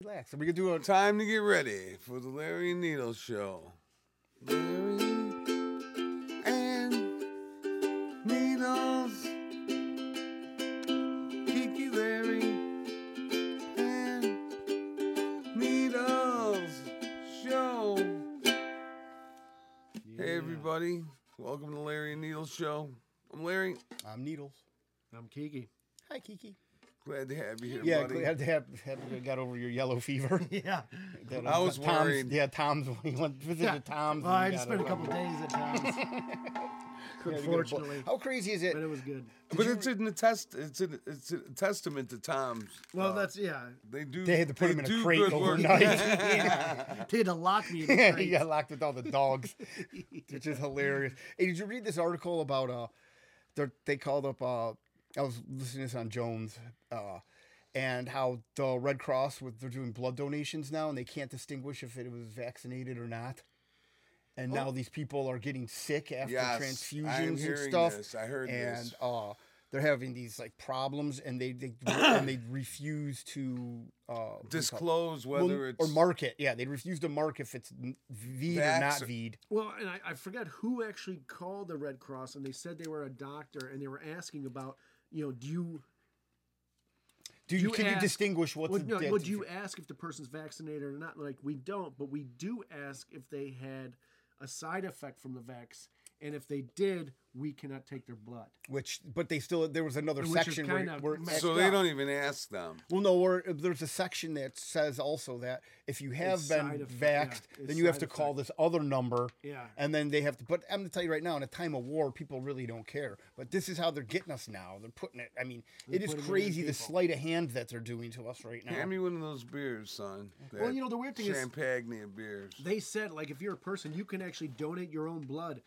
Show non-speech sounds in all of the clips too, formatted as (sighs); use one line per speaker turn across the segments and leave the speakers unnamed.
relax. We could do a
Time to get ready for the Larry and Needles show. Larry and Needles. Geeky Larry and Needles show. Hey, everybody. Welcome to Larry and Needles show. I'm Larry.
um, needles.
I'm (laughs) Kiki.
Hi, Kiki.
Glad to have you here,
Yeah,
buddy.
glad to have, have you got over your yellow
(laughs)
fever.
Yeah.
That,
I
uh,
was
Tom's-
worried.
Yeah, Tom's. (laughs) When you went visited
(laughs)
Tom's.
Well,
and
I
you
just
got
spent a couple days
(laughs)
at (laughs) Tom's.
yeah, you got a blo-
Unfortunately,
how crazy is it?
but it was good.
But it's in the test. It's in, it's a testament to Tom's.
Oh.
Well,
(laughs)
that's yeah.
They do.
They had to put him in
do
a crate
good work.
overnight.
(laughs) They had to lock me in the
Oh, (laughs) yeah,
crate.
he got locked with all the
(laughs)
dogs, which is hilarious. Hey, did you read this article about uh, they're- they called up? Uh, I was listening to this on Jones, uh, and how the Red Cross with they're doing blood donations now, and they can't distinguish if it was vaccinated or not. And now these people are getting sick after
Oh.
(laughs)
Yes, I am
transfusions and
hearing
stuff.
this. I heard
and,
this.
uh, they're having these like problems, and they
(clears throat)
they and they refuse to uh, what do you call it?
Disclose
Well,
whether it's
or mark it. Yeah, they refuse to mark if it's n- V'd or not
Vax-
V'd.
Well, and I, I forgot who actually called the Red Cross, and they said they were a doctor, and they were asking about, you know, do you
Do you,
you
can you
ask-
distinguish what's
Would,
a
no,
dead-
would you ask if the person's vaccinated or not? Like we don't, but we do ask if they had a side effect from the vax, and if they did, we cannot take their blood.
Which, but they still there was another
Which is
section where,
kinda
where
messed
so they don't even ask them.
well, no, or there's a section that says also that if you have
It's
been
side effect, yeah,
vaxxed,
it's
then you have to
side
call this other number.
Yeah.
And then they have to. But I'm gonna tell you right now, in a time of war, people really don't care. But this is how they're getting us now. They're putting it. I mean, it is
putting it in
crazy the
people.
sleight of hand that they're doing to us right now.
Hand me one of those beers, son.
Well, you know, the weird thing is-
Champagne is beers.
They said like if you're a person, you can actually donate your own blood,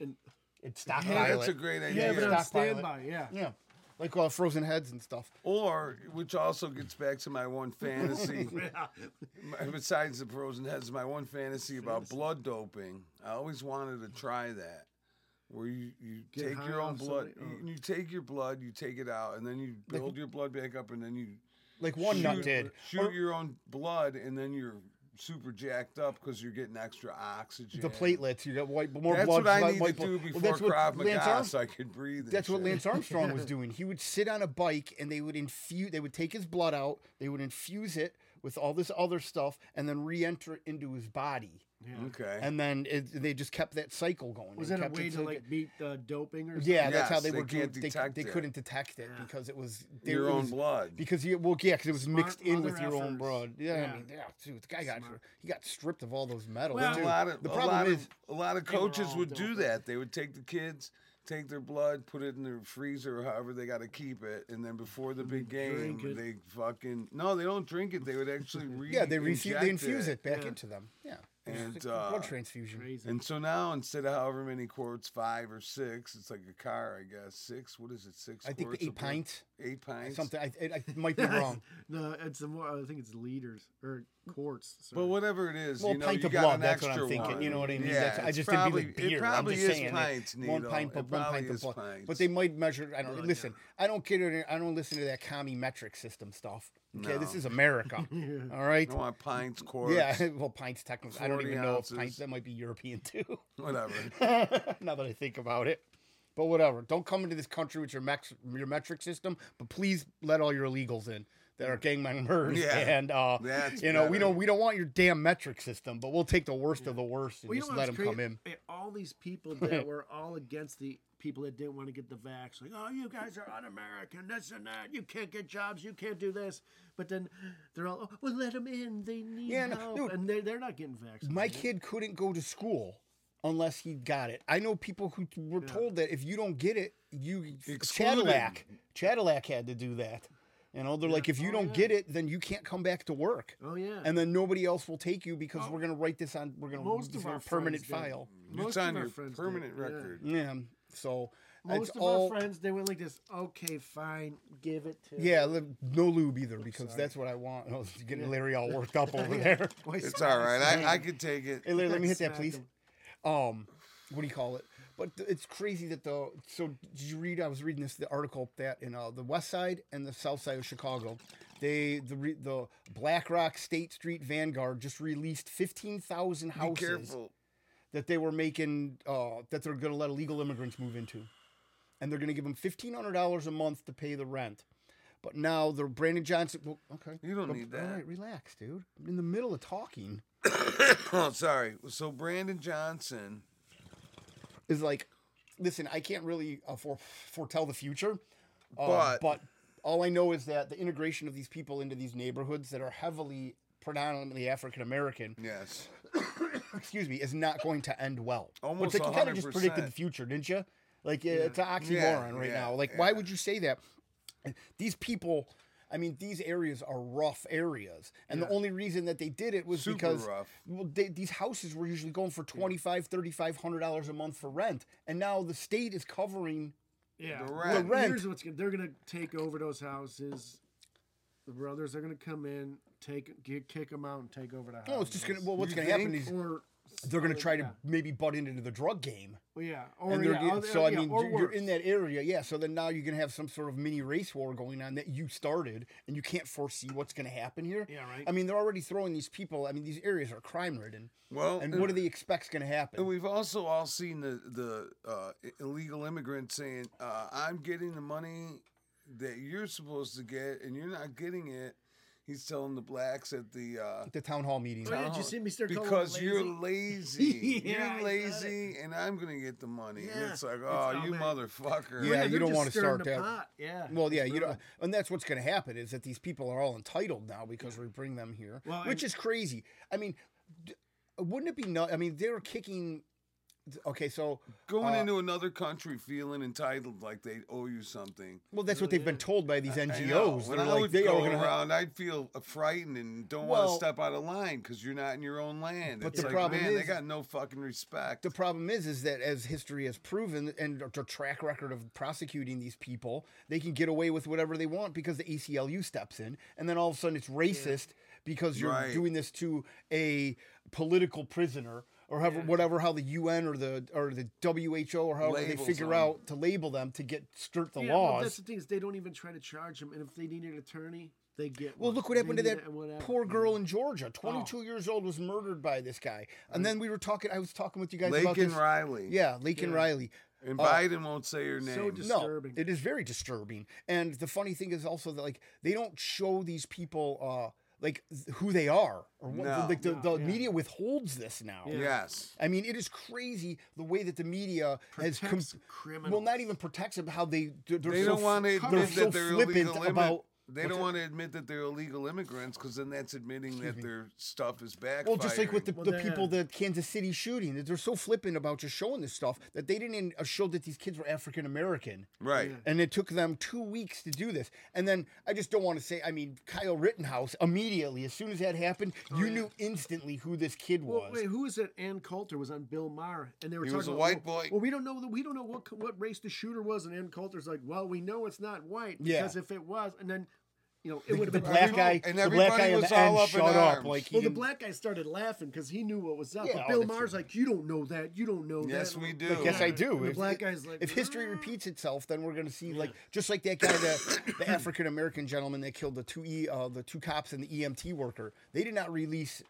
and
it's stockpile.
That's
it.
a great
yeah,
idea.
have it
Stockpile
on
it.
standby. Yeah.
Yeah, like uh, frozen heads and stuff.
Or, which also gets back to my one
(laughs)
fantasy,
(laughs)
my- besides the frozen heads, my one fantasy about blood doping. I always wanted to try that, where you, you take
high
your own
off
blood,
somebody-
oh.
you, you take your blood, you take it out, and then you build your blood back up, and then you
Like one nut
shoot-
did.
shoot your own blood, and then you're super jacked up because you're getting extra oxygen.
the platelets. You got white, more
That's
blood.
what I
white-
need
white
to do
blood- Well,
before
that's what
Krav Maga,
Lance Arm-
so I could breathe. and
That's what
shit.
Lance Armstrong
(laughs)
was doing. He would sit on a bike and they would infuse. They would take his blood out. They would infuse it with all this other stuff, and then re-enter it into his body.
Okay.
And then it, they just kept that cycle going.
Was
They
it a
kept
way to
cycle-
like beat uh, doping or something?
Yeah, that's how
Yes,
they,
they
were doing.
can't
They,
detect
they
it.
couldn't detect it
Ah.
because it was they,
Your
it
own
was-
blood.
Because you well, yeah, because it was mixed in with
mother
your own
effers.
blood. Yeah, I
Yeah.
mean, yeah, dude, the guy got he got stripped of all those medals.
Well,
a
too.
lot of
the
a
problem
lot
is
of a lot of
were
coaches
all
would do
doped.
that. They would take the kids, take their blood, put it in their freezer, or however they got to keep it, and then before the big game,
drink it.
they fucking no, they don't drink it. They would actually re-
(laughs) yeah, they refu-
inject
they infuse it, back into them. Yeah, It's
And,
like a blood
uh,
transfusion.
Crazy.
And so now, instead of however many quarts, five or six, it's like a car, I guess. Six? What is it? Six?
I think
quarts
eight
of blood?
pints.
Eight pints.
Something I, I, I
(laughs)
might be wrong.
No, it's the more. I think it's liters or quarts.
But
sorry.
whatever it is,
Well,
you know,
pint
you
of
got
blood.
an
That's what
extra
I'm thinking.
one.
You know what I mean?
Yeah,
That's, I
it's
just
probably,
didn't be like beer.
It probably
I'm just
is
saying it-
pints,
one
Nito.
pint,
It
of one
probably
pint of
is
blood.
pints.
But they might measure. I don't listen. I don't get it. I don't listen to that commie metric system stuff. Okay, this
No.
is
(laughs)
America. All right.
I want pints, quarts,
(laughs) Yeah, well, pints technically. I don't
40
even know if
ounces.
pints that might be European (laughs) too.
whatever.
(laughs) now that I think about it, but whatever. Don't come into this country with your mex- your metric system. But please let all your illegals in that are gang members.
Yeah,
and uh,
that's
you know we
better.
don't we don't want your damn metric system, but we'll take the worst of the worst and
Well, you
just
know
let them
what's
come
crazy?
in.
Eh, All
(laughs)
these people that were all against the people that didn't want to get the vax, like, oh, you guys are un-American, this and that. You can't get jobs. You can't do this. But then they're all, oh, well, let them in. They need
Yeah, no,
help,
dude.
and they're, they're not getting vaccinated.
My kid couldn't go to school unless he got it. I know people who t- were told that if you don't get it, you
Excluded.
Cadillac. Cadillac had to do that. You know, they're like, if you don't get it, then you can't come back to work.
Oh, yeah.
And then nobody else will take you because we're gonna write this on. We're gonna
Most
this
of
is
our
a permanent
friends did.
file.
Most
it's
of
on
our
your
friends did,
permanent
yeah.
record.
Yeah. So
Most
it's
of
all.
our friends, they went like this. Okay, fine, give it to.
yeah, li- no lube either because that's what I want. (laughs) I was getting Larry
(laughs)
all worked up over there.
Boy,
It's all right. I, I could take it.
(laughs) Hey, Larry, let me hit that,
Smack
please.
'em.
Um, what do you call it? But th- it's crazy that the so did you read? I was reading this the article that in uh, the West Side and the South Side of Chicago, They the re, the BlackRock State Street Vanguard just released fifteen thousand
Be
houses
careful.
that they were making uh, that they're going to let illegal immigrants move into, and they're going to give them fifteen hundred dollars a month to pay the rent. But now they're Brandon Johnson. Well, okay,
You don't
The-
need
All
that.
right, relax, dude. I'm in the middle of talking.
Oh, (coughs) sorry. So Brandon Johnson.
is like, listen, I can't really uh, fore- foretell the future, uh,
But-
all I know is that the integration of these people into these neighborhoods that are heavily predominantly African American,
Yes.
excuse me, is not going to end well.
Almost
it's like you kind of just
100%.
predicted the future, didn't you? Like yeah, it's an oxymoron right
yeah,
now. Like why
yeah.
would you say that? These people. I mean, these areas are rough areas, and the only reason that they did it was
Super
because
rough.
well, they, these houses were usually going for twenty five, thirty five hundred dollars a month for rent, and now the state is covering.
Yeah.
The rent.
rent.
Here's what's gonna, they're going to take over those houses. The brothers are going to come in, take get, kick them out, and take over the house.
Oh, it's just gonna. Well, what's
You
gonna happen
think?
is
Or
they're gonna
or-
try to
yeah.
maybe butt into the drug game,
Well, yeah. Or
and they're
yeah,
gonna-
other- uh,
so I
yeah,
mean,
or
you're, you're in
worse.
that area, yeah. So then now you're gonna have some sort of mini race war going on that you started, and you can't foresee what's gonna happen here.
Yeah, right.
I mean, they're already throwing these people. I mean, these areas are crime ridden,
Well, uh,
and what do they expect's gonna
And
happen?
we've also all seen the the uh, i- illegal immigrants saying, uh, "I'm getting the money that you're supposed to get, and you're not getting it." He's telling the blacks at the uh,
The town hall meetings.
Oh, yeah,
town
did you
hall,
see me start calling them
because you're
lazy?"
lazy.
(laughs) Yeah, I
you're
said
lazy, and I'm gonna get the money. And
Yeah,
it's like,
it's
oh,
all
you
that-
motherfucker.
Yeah,
Well,
you
they're
don't
just
wanna
stirring
start
the
that.
pot. Yeah.
Well, yeah, you know, and that's what's going to happen is that these people are all entitled now because we bring them here,
Well,
which
and-
is crazy. I mean, d- wouldn't it be nuts? I mean, they were kicking. Okay, so
Going
Uh,
into another country feeling entitled like they owe you something.
well, that's what they've been told by these
I know.
NGOs.
When
They're
I
like
would
they are
go
going to.
around, I'd feel frightened and don't want
Well-
to step out of line because you're not in your own land.
But
it's
the
like,
problem
man, they
is-
got no fucking respect.
The problem is, is that as history has proven, and the track record of prosecuting these people, they can get away with whatever they want because the ACLU steps in, and then all of a sudden it's racist because you're
Right.
doing this to a political prisoner or however, whatever how the UN or the or the WHO or however they
Labels
figure
them.
out to label them to get skirt the
yeah,
laws.
Well, that's the thing is they don't even try to charge them, and if they need an attorney, they get.
Well,
one.
look what happened
They
to
need it
that
and whatever.
poor girl in Georgia. 22 years old was murdered by this guy. And then we were talking, I was talking with you guys about
Lake
this.
and Riley.
Yeah, Lake and
Yeah.
Riley.
And
Uh,
Biden won't say her
so
name.
dis-
No,
Disturbing.
it is very disturbing. And the funny thing is also that, like, they don't show these people, uh, like, th- who they are. Or what,
No.
Like, the,
No,
the
yeah.
media withholds this now.
Yeah.
yes.
I mean, it is crazy the way that the media has.
Protects
Com-
criminals.
well, not even protects them, how they. They're, they're
They
so
don't want to
f-
admit
so
that they're
flippant
illegal immigrants.
about-
They don't want to admit that they're illegal immigrants because then that's admitting that their stuff is backfiring.
Well, just like with the,
Well,
the
they-
people that Kansas City shooting, that they're so flippant about just showing this stuff that they didn't even uh, show that these kids were African American.
right.
And it took them two weeks to do this. And then I just don't want to say, I mean, Kyle Rittenhouse immediately, as soon as that happened,
Oh,
you
yeah.
knew instantly who this kid was.
Well, wait, who is it? Ann Coulter was on Bill Maher, and they were
He
talking
was a
about,
white
well,
boy.
Well, we don't know. We don't know what co- what race the shooter was, and Ann Coulter's like, well, we know it's not white
Yeah.
because if it was, and then you know it would have
the
been
black
told.
guy,
And
the black guy
everybody
on
was
the end
all up in
shut up.
arms.
Like, he
Well, the
didn't-
black guy started laughing because he knew what was up.
Yeah,
but
oh,
Bill
that's
Maher's
true.
like, you don't know that. You don't know
Yes,
that.
we do.
Yes, I
Yeah.
do.
And the
if,
black
if-
guy's like,
if history repeats itself, then we're going to see like just like that guy, the, the African American gentleman that killed the two e uh, the two cops and the EMT worker. They did not release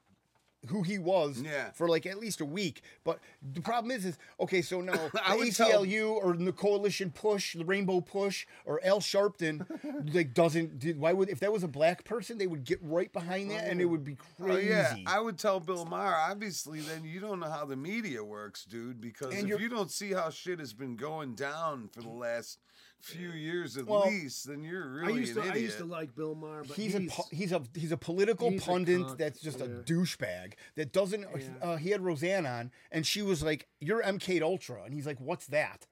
who he was
Yeah.
for like at least a week. But the problem is, is okay. So now the
I would tell-
ACLU or the Coalition Push, the Rainbow Push, or Al Sharpton, like doesn't. Did, why would if that was a black person, they would get right behind that, and it would be
Oh,
crazy.
yeah, I would tell Bill Maher. Obviously, then you don't know how the media works, dude. Because
And
if
you're-
you don't see how shit has been going down for the last few years at
Well,
least, then you're
I
really
used to
an
I used
idiot.
to like Bill Maher, but
he's,
he's,
a po- he's a he's a political
he's a
pundit
cuck,
that's just a
yeah.
douchebag that doesn't. Uh, he had Roseanne on, and she was like, "You're MK Ultra," and he's like, "What's that?"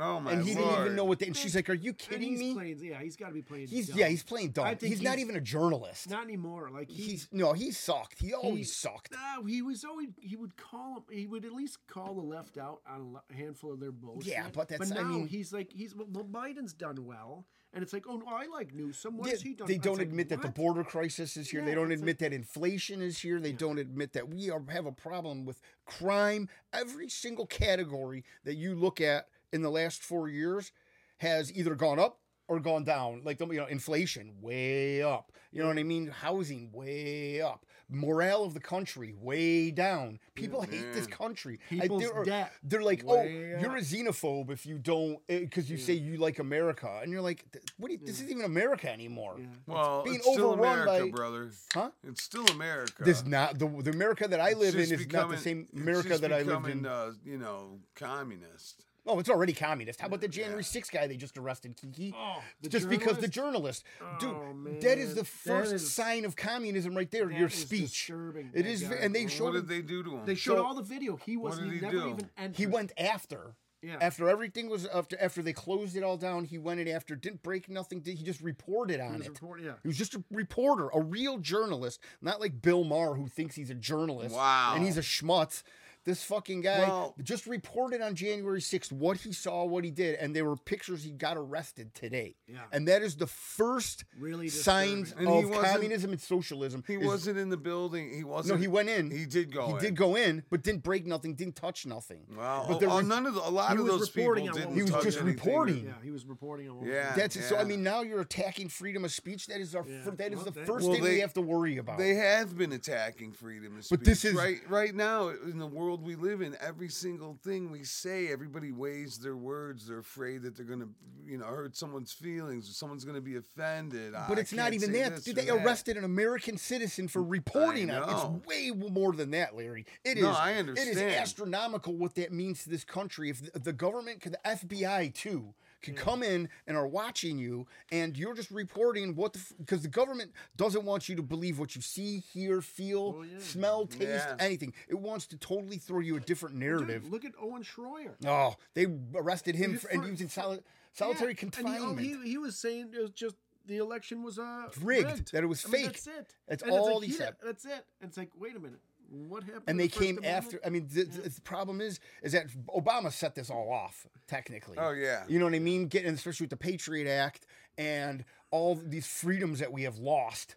oh my
And he
lord!
didn't even know what. The, and she's like, "Are you
and
kidding
he's
me?"
playing. Yeah, he's got to be playing.
he's
dumb.
yeah, he's playing dumb.
I
He's,
think
not
he's-
even a journalist.
not anymore. Like he's,
he's no, he sucked. He always
He-
sucked.
No, he was always he would call 'em- He would at least call the left out on a lo- handful of their bullshit.
Yeah, but that's- I
now
mean-
he's like he's well, well, Biden's done well, and it's like oh no, I like Newsom. What
They,
has he done?
they
It's
don't
like,
admit that the
what?
border crisis is here. they
Yeah,
don't
it's
admit that inflation is here. They don't admit that we are, have a problem with crime. Every single category that you look at in the last four years has either gone up or gone down. Like you know, inflation way up. You know what I mean? Housing way up. Morale of the country way down. People hate this
Yeah.
country. I-
People's
there are-
debt.
They're like, oh,
Way
you're a xenophobe if you don't, because you say you like America, and you're like, "Th- what? Do you, This isn't even America anymore.
Yeah.
Well,
being
it's still
overrun
America,
by-
brother.
Huh?
It's still America.
This not the the America that I
It's
live in
just
is not the
becoming-
same
it's
America
just
that I lived
becoming,
in.
Uh, you know, communist.
oh, it's already communist. How about the January 6th guy they just arrested, Kiki?
Oh, the
just because the
journalist?
journalist, dude,
Oh,
that is the
man. That
first
is-
sign of communism right there.
That
Your
is
speech.
disturbing,
It
that
is,
guy.
and they
What
showed
What
him-
did they do to him?
They showed
So-
all the video. He was
did
he
he
never
do?
even entered.
He went after.
Yeah.
After everything was after after they closed it all down, he went in after didn't break nothing. Did he just reported on
He was
it?
reporting. Yeah.
He was just a reporter, a real journalist, not like Bill Maher who thinks he's a journalist.
Wow.
And he's a schmutz. This fucking guy
Well-
just reported on January 6th what he saw, what he did, and there were pictures he got arrested today.
Yeah.
And that is the first
Really
signs
disturbing.
And he
of
wasn't-
communism and socialism.
he
is-
wasn't in the building. He
No,
wasn't.
he went in.
He did go.
He
in.
did go in, but didn't break nothing, didn't touch nothing.
Wow.
But
Oh,
there
oh,
was-
none of the, a lot
He
of
was
those people
reporting on
didn't.
what was
touch
He was just
anything.
reporting.
Yeah, he was reporting on. What
Yeah.
Was
That's so. I
yeah.
mean, now you're attacking freedom of speech. That is our.
Yeah.
fir- that is
Well,
the
that-
first
Well,
thing
they-
we have to worry about.
They have been attacking freedom of speech.
But this is-
right right now in the world we live in. Every single thing we say, everybody weighs their words. They're afraid that they're gonna, you know, hurt someone's feelings. Or someone's gonna be offended.
but it's not even that. Dude, they arrested an American citizen for reporting on
know.
it. It's way more than that, Larry. It is.
No, I
It is
understand.
astronomical what that means to this country. If the, the government, could, the FBI too,
Hmm.
could come in and are watching you, and you're just reporting what the because the government doesn't want you to believe what you see, hear, feel,
yeah.
smell, taste,
Yeah.
anything. It wants to totally throw you a different
Dude,
narrative.
look at Owen Schroyer.
Oh, they arrested him
Dude,
for, and
for-
he was in soli- solitary
Yeah, and he- oh,
confinement.
He, he was saying it was just the election was uh
Rigged, that it was
I mean,
fake.
that's it.
That's
And it's
all
like,
he said.
That's it. And it's like, wait a minute, what happened?
and
to
they
the First
came
Amendment?
after. I mean, the, the, the problem is, is that Obama set this all off technically.
Oh, yeah.
You know what I mean? Getting especially with the Patriot Act and all these freedoms that we have lost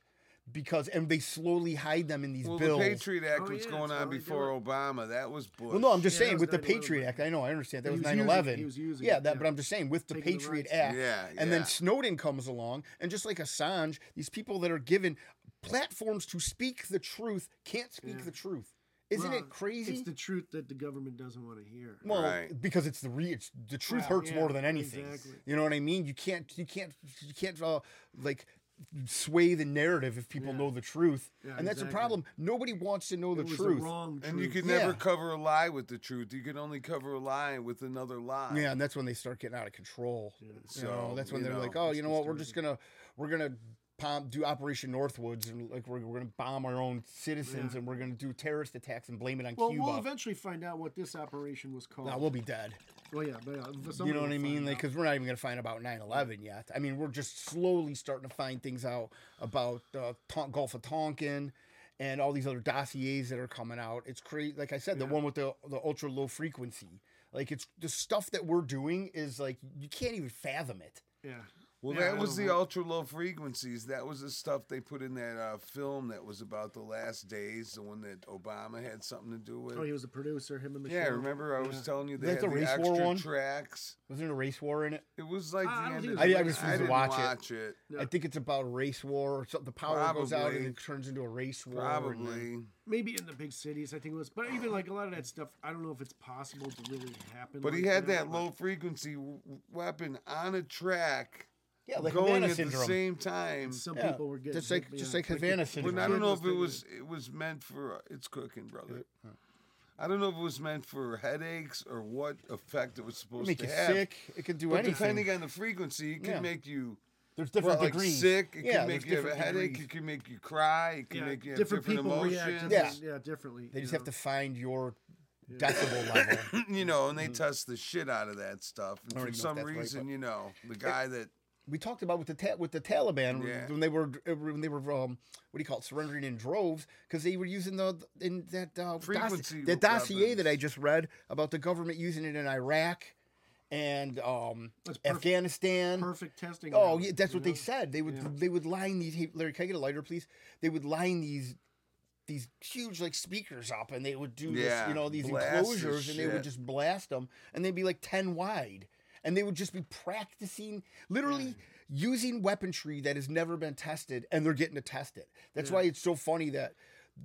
because, and they slowly hide them in these
Well,
bills.
the Patriot Act
Oh,
was
yeah,
going
that's
on
how they do
before Obama. That was Bush.
well, no, I'm just
Yeah, that
saying
was
with the
9/11.
Patriot Act. I know, I understand that
He
was
was
9
using-
11.
he was using
yeah,
it,
that.
yeah.
But I'm just saying with the
Taking the
Patriot
rights.
Act,
Yeah,
and then
yeah.
Snowden comes along, and just like Assange, these people that are given platforms to speak the truth can't speak
Yeah.
the truth. Isn't
Well,
it crazy?
It's the truth that the government doesn't want to hear.
Well,
Right.
because it's the re- it's, the truth
Well,
hurts more
yeah,
than anything.
exactly.
You know what I mean? You can't you can't you can't uh, like sway the narrative if people
Yeah.
know the truth,
Yeah,
and that's
exactly.
a problem. Nobody wants to know the
it was
truth.
the wrong truth.
And you could
Yeah.
never cover a lie with the truth. You could only cover a lie with another lie.
yeah, and that's when they start getting out of control. So
So,
that's when
you
they're
know,
like, oh, you know what? We're
disturbing.
just gonna we're gonna bomb, do Operation Northwoods and like we're, we're gonna bomb our own citizens
Yeah.
and we're gonna do terrorist attacks and blame it on
well,
Cuba.
we'll eventually find out what this operation was called.
Nah, we'll be dead.
well, yeah, but uh,
you know what I mean? Like, because we're not even going to find about 9 11 yet. I mean, we're just slowly starting to find things out about the Ton- Gulf of Tonkin and all these other dossiers that are coming out. It's crazy. Like I said, the one with the, the ultra low frequency. Like, it's the stuff that we're doing is like, you can't even fathom it.
yeah.
Well,
Yeah, I
that was
don't
the
know.
ultra low frequencies. That was the stuff they put in that uh, film that was about the last days, the one that Obama had something to do with.
Oh, he was a producer. Him and Michelle.
yeah, remember I was
Yeah.
telling you they
That's
had
the
the,
race war
extra
one?
tracks.
Wasn't there a race war in it?
It was like
I- I
the
don't
end
think
of
it was I- I
the-
just
refuse to
didn't
watch it.
it.
I think it's about a race war or something. The power goes out and
Probably.
it turns into a race war. and then-
Probably.
Maybe in the big cities, I think it was. But even like a lot of that stuff, I don't know if it's possible to really happen.
But he
like
had that
but-
low frequency w- weapon on a track
Yeah, like
going
Havana
at
syndrome.
the same time.
Some
Yeah,
people were getting
just like,
hit, yeah,
just like Havana
the-
syndrome.
But I don't
kid
know if
was
it
thinking-
was it was meant for uh, it's cooking, brother. I don't know if it was meant for headaches or what effect it was supposed
make
to
you
have.
sick. It could do
But
anything.
depending on the frequency, it can
Yeah.
make you
There's
well,
different
like
degrees.
sick. It
Yeah,
can make
there's
you have a
different
headache.
degrees.
It can make you cry. It can
Yeah,
make you have
different,
different,
people
emotions.
react.
Yeah.
Yeah, yeah, differently.
They
you
just have
know.
to find your decibel level.
(clears throat)
(laughs)
you know, and they test the shit out of that stuff. And
Mm-hmm. don't
for
even know if
some
that's right,
reason,
but-
you know, the guy that
We talked about with the ta- with the Taliban
Yeah.
when they were when they were um, what do you call it surrendering in droves because they were using the in that uh,
Frequency
dossi- that dossier
weapons.
that I just read about the government using it in Iraq and um,
That's perf-
Afghanistan.
perfect testing.
Oh,
ground,
yeah, that's
you
what they
know?
said. They would
Yeah.
they would line these. Hey, Larry, can I get a lighter, please? They would line these these huge like speakers up, and they would do this,
Yeah,
you know, these
blast this
enclosures, and they would
shit.
just blast them, and they'd be like ten wide, and they would just be practicing. Literally, using weaponry that has never been tested, and they're getting to test it. That's
Yeah.
why it's so funny that.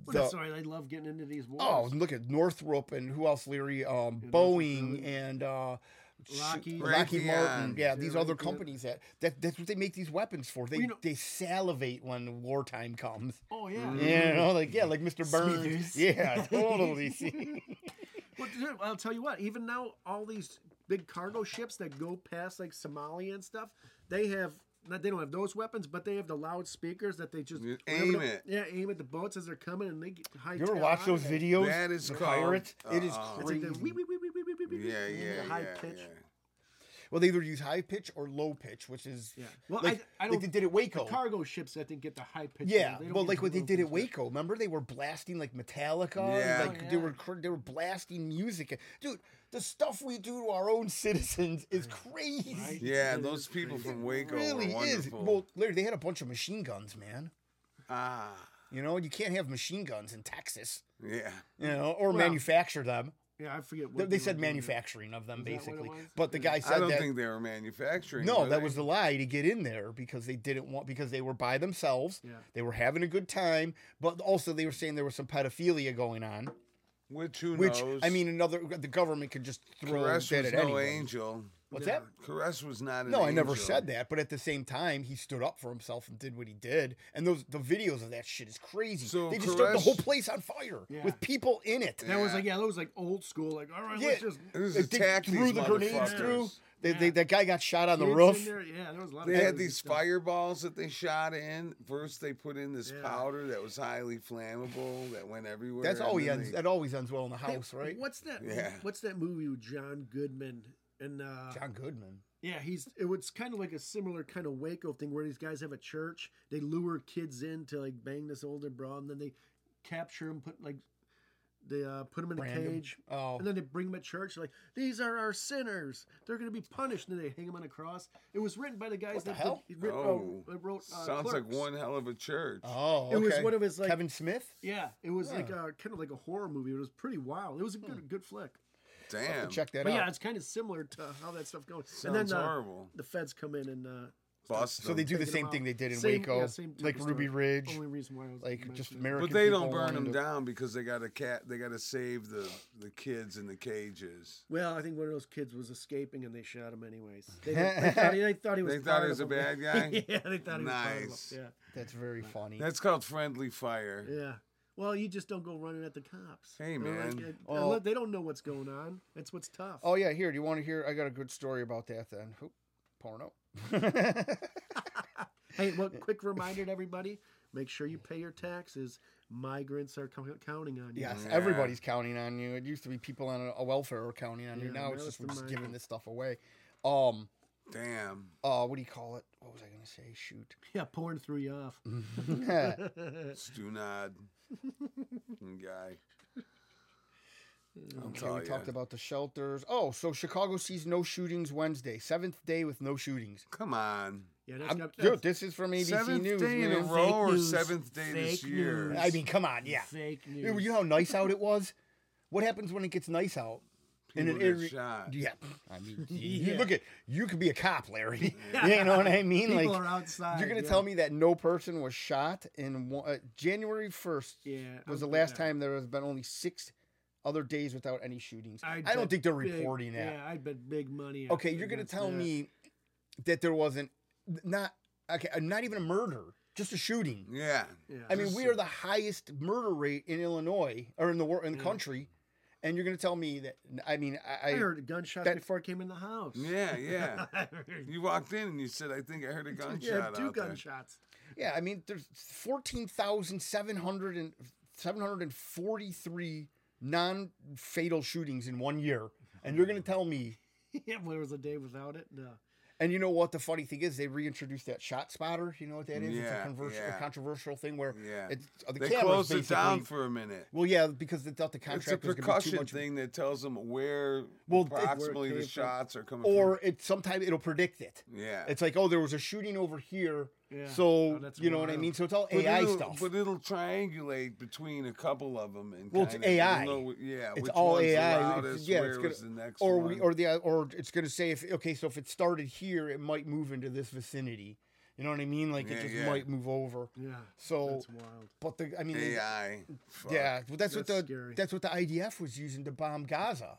Well,
the-
that's why I love getting into these wars.
Oh, and look at Northrop and who else, Leary? Um,
Yeah, Northrop
Boeing
Grumman.
and uh, shoot,
Lockheed.
Lockheed Martin.
Raytheon.
Yeah,
Yeah,
these other
Raytheon.
companies that, that that's what they make these weapons for. They
Well, you know-
they salivate when wartime comes.
Oh yeah.
Yeah, you know, like yeah, like Mr. Burns. (laughs)
Smithers.
Yeah,
(laughs)
totally.
Well, dude, I'll tell you what. Even now, all these big cargo ships that go past like Somalia and stuff, they have not. They don't have those weapons, but they have the loudspeakers that they just
You
whenever
aim
the-
it.
Yeah, aim at the boats as they're coming, and they get high.
You ever watch those videos?
That is
the
called-
pirates. it is
uh-uh.
It's like
crazy.
the wee, wee, wee, wee, wee, wee, wee, wee, wee,
Yeah,
and
yeah,
the high
yeah,
pitch.
yeah.
well, they either use high pitch or low pitch, which is
Yeah. Well, I-
like,
I
like
don't-
they did at Waco.
The cargo ships, I think, get the high pitch.
yeah,
they don't
well,
get
like
the
what they
low
did at
pitch.
Waco. Remember, they were blasting like Metallica.
Yeah.
and, like they
Oh, Yeah.
were cr- they were blasting music. Dude, the stuff we do to our own (laughs) citizens is crazy.
Right?
Yeah,
It
those
is
people
crazy.
from Waco
Really
were
is.
wonderful.
Well, Larry, they had a bunch of machine guns, man.
ah,
You know, you can't have machine guns in Texas.
yeah.
You know, or
Well-
manufacture them.
Yeah, I forget.
They,
What
they
were
said
doing.
manufacturing of them,
Is that what it
basically.
was?
But the
Yeah.
guy
I
said
don't
that.
think they were manufacturing.
No,
were
that
they?
was the lie to get in there because they didn't want because they were by themselves.
Yeah.
They were having a good time, but also they were saying there was some pedophilia going on,
Which who
which
knows?
I mean, another the government could just throw
Caress
dead
was
at
no
anyone.
angel.
What's
Yeah.
that?
Caress was not. An
No, I never
angel.
said that. But at the same time, he stood up for himself and did what he did. And those the videos of that shit is crazy.
So
they just set the whole
Koresh-
place on fire
Yeah.
with people in it.
That was
Yeah.
like yeah, that was like old school. Like all right,
Yeah.
let's just.
This
They
is attack
threw
these
the grenades
motherfuckers.
through. They, they,
Yeah.
that guy got shot (laughs) on the
kids in
roof.
there. Yeah, there was a lot.
They
of
had
crazy
these
stuff.
fireballs that they shot in. First, they put in this
Yeah.
powder that was highly flammable that went everywhere.
That's
and
always
then
ends,
they-
that always ends well in the
Hey,
house, right?
What's that?
Yeah.
What's that movie with John Goodman and uh,
John Goodman.
yeah, he's it was kind of like a similar kind of Waco thing where these guys have a church. They lure kids in to like bang this older broad, and then they capture them, put like they uh, put them in
Brand
a
'em.
cage,
Oh,
and then they bring them at church. Like these are our sinners; they're going to be punished. And then they hang them on a cross. It was written by the guys
What the
that
hell?
Did, writ-
Oh,
oh, it wrote. Uh,
sounds like
Clerks.
one hell of a church.
oh,
It was
okay.
one of his like
Kevin Smith.
yeah, it was like
Huh.
uh kind of like a horror movie. It was pretty wild. It was a
Hmm.
good good flick.
I'll have
Damn,
to check that
But
out.
yeah, it's kind of similar to how that stuff goes.
sounds
and then uh,
horrible.
the feds come in and uh,
Bust
so they
them.
do the
taking
same
them
thing
out.
they did in
Same-
Waco,
yeah, same type
like
of
Ruby
story.
ridge,
only reason why I was
like just
mentioning it.
American.
But they
people
don't burn
wanted
them
to-
down because they got to cat. They got to save the the kids in the cages.
Well, I think one of those kids was escaping and they shot him anyways. They, didn't- they, thought, he, they thought
(laughs)
he was.
They thought he
part
was
of
a
them.
bad guy?
(laughs) yeah, they thought he was. part of
Nice.
them.
That's very funny.
That's called friendly fire.
Yeah, yeah. Well, you just don't go running at the cops.
Hey,
You know, like,
man.
it-
Oh.
unless- they don't know what's going on. That's what's tough.
Oh yeah, here. Do you want to hear? I got a good story about that. Then, Oop, porno.
(laughs)
Hey, well, quick reminder to everybody: make sure you pay your taxes. Migrants are co- counting on you.
yes,
Yeah.
everybody's counting on you. It used to be people on a welfare were counting on you.
Yeah,
Now
now
it's
it's
just we're
the
just
mine.
giving this stuff away. Um,
Damn.
uh, what do you call it? What was I gonna say?
(laughs)
Shoot. (laughs)
Yeah, porn threw you off.
Mm-hmm.
Stu
(laughs)
Nod. guy. I'll
Okay,
tell
Mm, we
ya.
talked about the shelters. Oh, so Chicago sees no shootings Wednesday, seventh day with no shootings.
Come on.
Yeah, that's
I'm-
got,
dude, this is from ABC
Seventh
News.
day in a
man.
row or
news.
seventh day this
Fake
year?
news.
I mean, come on, yeah.
Fake news.
Dude, you know how nice out it was. What happens when it gets nice out? In
People
an
get
area-
shot.
Yeah, I mean, (laughs) you
Yeah.
look at you could be a cop,
(laughs)
Larry. (laughs) you know what I mean?
People
like
are outside.
you're gonna
yeah.
tell me that no person was shot in one, uh, January first
Yeah,
was the
I'm-
last
yeah.
time there has been only six other days without any shootings. I,
I'd
don't
bet
think they're
big-
reporting that.
Yeah, I bet big money.
okay, you're gonna
against
tell
that.
me that there wasn't not okay, uh, not even a murder, just a shooting.
Yeah.
Yeah.
I mean, we
Listen.
are the highest murder rate in Illinois or in the world in the
Yeah.
country, and you're going to tell me that? I mean, I,
I
I
heard gunshots
that-
before I came in the house.
Yeah, yeah.
(laughs) I heard-
You walked in and you said, I think I heard a gunshot.
yeah, two
out there."
gunshots.
yeah, I mean, there's 14,700 and 743 non-fatal shootings in one year, and you're going
Hmm.
to tell me?
(laughs) yeah, well, there was a day without it. No.
And you know what? The funny thing is, they reintroduced that shot spotter. You know what that is? it's
Yeah,
a, convers-
yeah.
a controversial thing where
Yeah.
it's uh, the
They
cameras
closed it down
basically-
for a minute.
well, yeah, because they thought the
It's a
contract was going to be too
percussion
much.
thing that tells them where
Well, it- where it
approximately
came
the
from.
shots are coming
Or it sometimes it'll predict it.
from. Yeah.
It's like, oh, there was a shooting over here.
Yeah.
So
Oh, that's
you know what I
wild.
mean. So it's all
But
AI
it'll-
stuff.
But it'll triangulate between a couple of them and
Well, it's
kinda- you'll
AI.
know- yeah,
It's
which
all
one's the
AI. It's-
loudest,
yeah, it's
where
gonna-
was the next
or
one.
we or the uh, or it's gonna say if okay, so if it started here, it might move into this vicinity. You know what I mean? Like
Yeah,
it just
yeah.
might move over.
Yeah.
So,
that's wild.
but the I mean, they-
AI. Fuck.
yeah, well, that's, what
That's
the
scary.
that's what the IDF was using to bomb Gaza,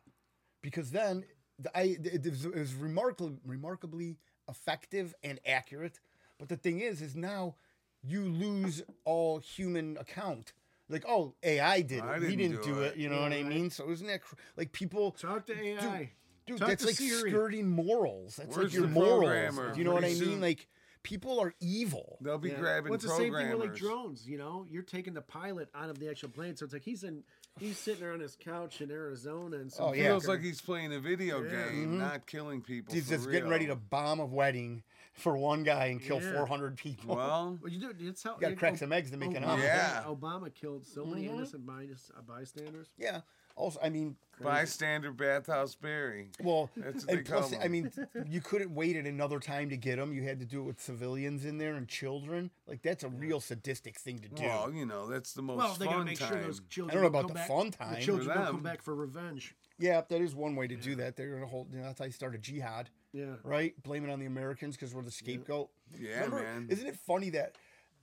because then the I it was, it was remarkably remarkably effective and accurate. But the thing is, is now you lose all human account. Like, oh, AI did it.
I
we
didn't
didn't
do
do it.
it.
You know what I
Right.
mean? So isn't that cr- like people?
Talk to AI.
Dude,
Talk
that's
to
like
Siri.
skirting morals. That's like
Where's
your
the
morals.
programmer?
Do you know what I
Pretty
mean?
soon-
Like people are evil.
They'll be
Yeah.
grabbing
Well, it's the same
programmers.
thing with like drones. You know, you're taking the pilot out of the actual plane, so it's like he's in, he's sitting there on his couch in Arizona, and some
Oh, yeah. Mm-hmm.
Feels
fucker-
like he's playing a video
Yeah.
game, not killing people.
He's
for
just getting ready to (laughs)
real.
bomb a wedding for one guy and kill
Yeah.
400 people.
Well,
Well, you do. It's how
you gotta
it-
crack
Ob-
some eggs to make an
Obama-
omelet.
Yeah.
Obama killed so many
Mhm.
innocent bys- uh, bystanders.
(laughs) Yeah. Also, I mean,
bystander bathhouse Barry.
(laughs) well,
(laughs) That's what they
and
call
plus,
them.
I
(laughs)
mean, you couldn't wait at another time to get them. You had to do it with civilians in there and children. Like, that's a real sadistic thing to do.
well, you know that's the most
Well, they gotta
fun
make
time.
sure those children.
I don't know
don't
about
come
the
back-
fun time.
The children
For
don't come
them.
back for revenge.
yeah, that is one way to do that. They're gonna hold, you know, that's how you start a jihad,
Yeah.
right? Blame it on the Americans because we're the scapegoat.
yeah,
Remember-
man.
Isn't it funny that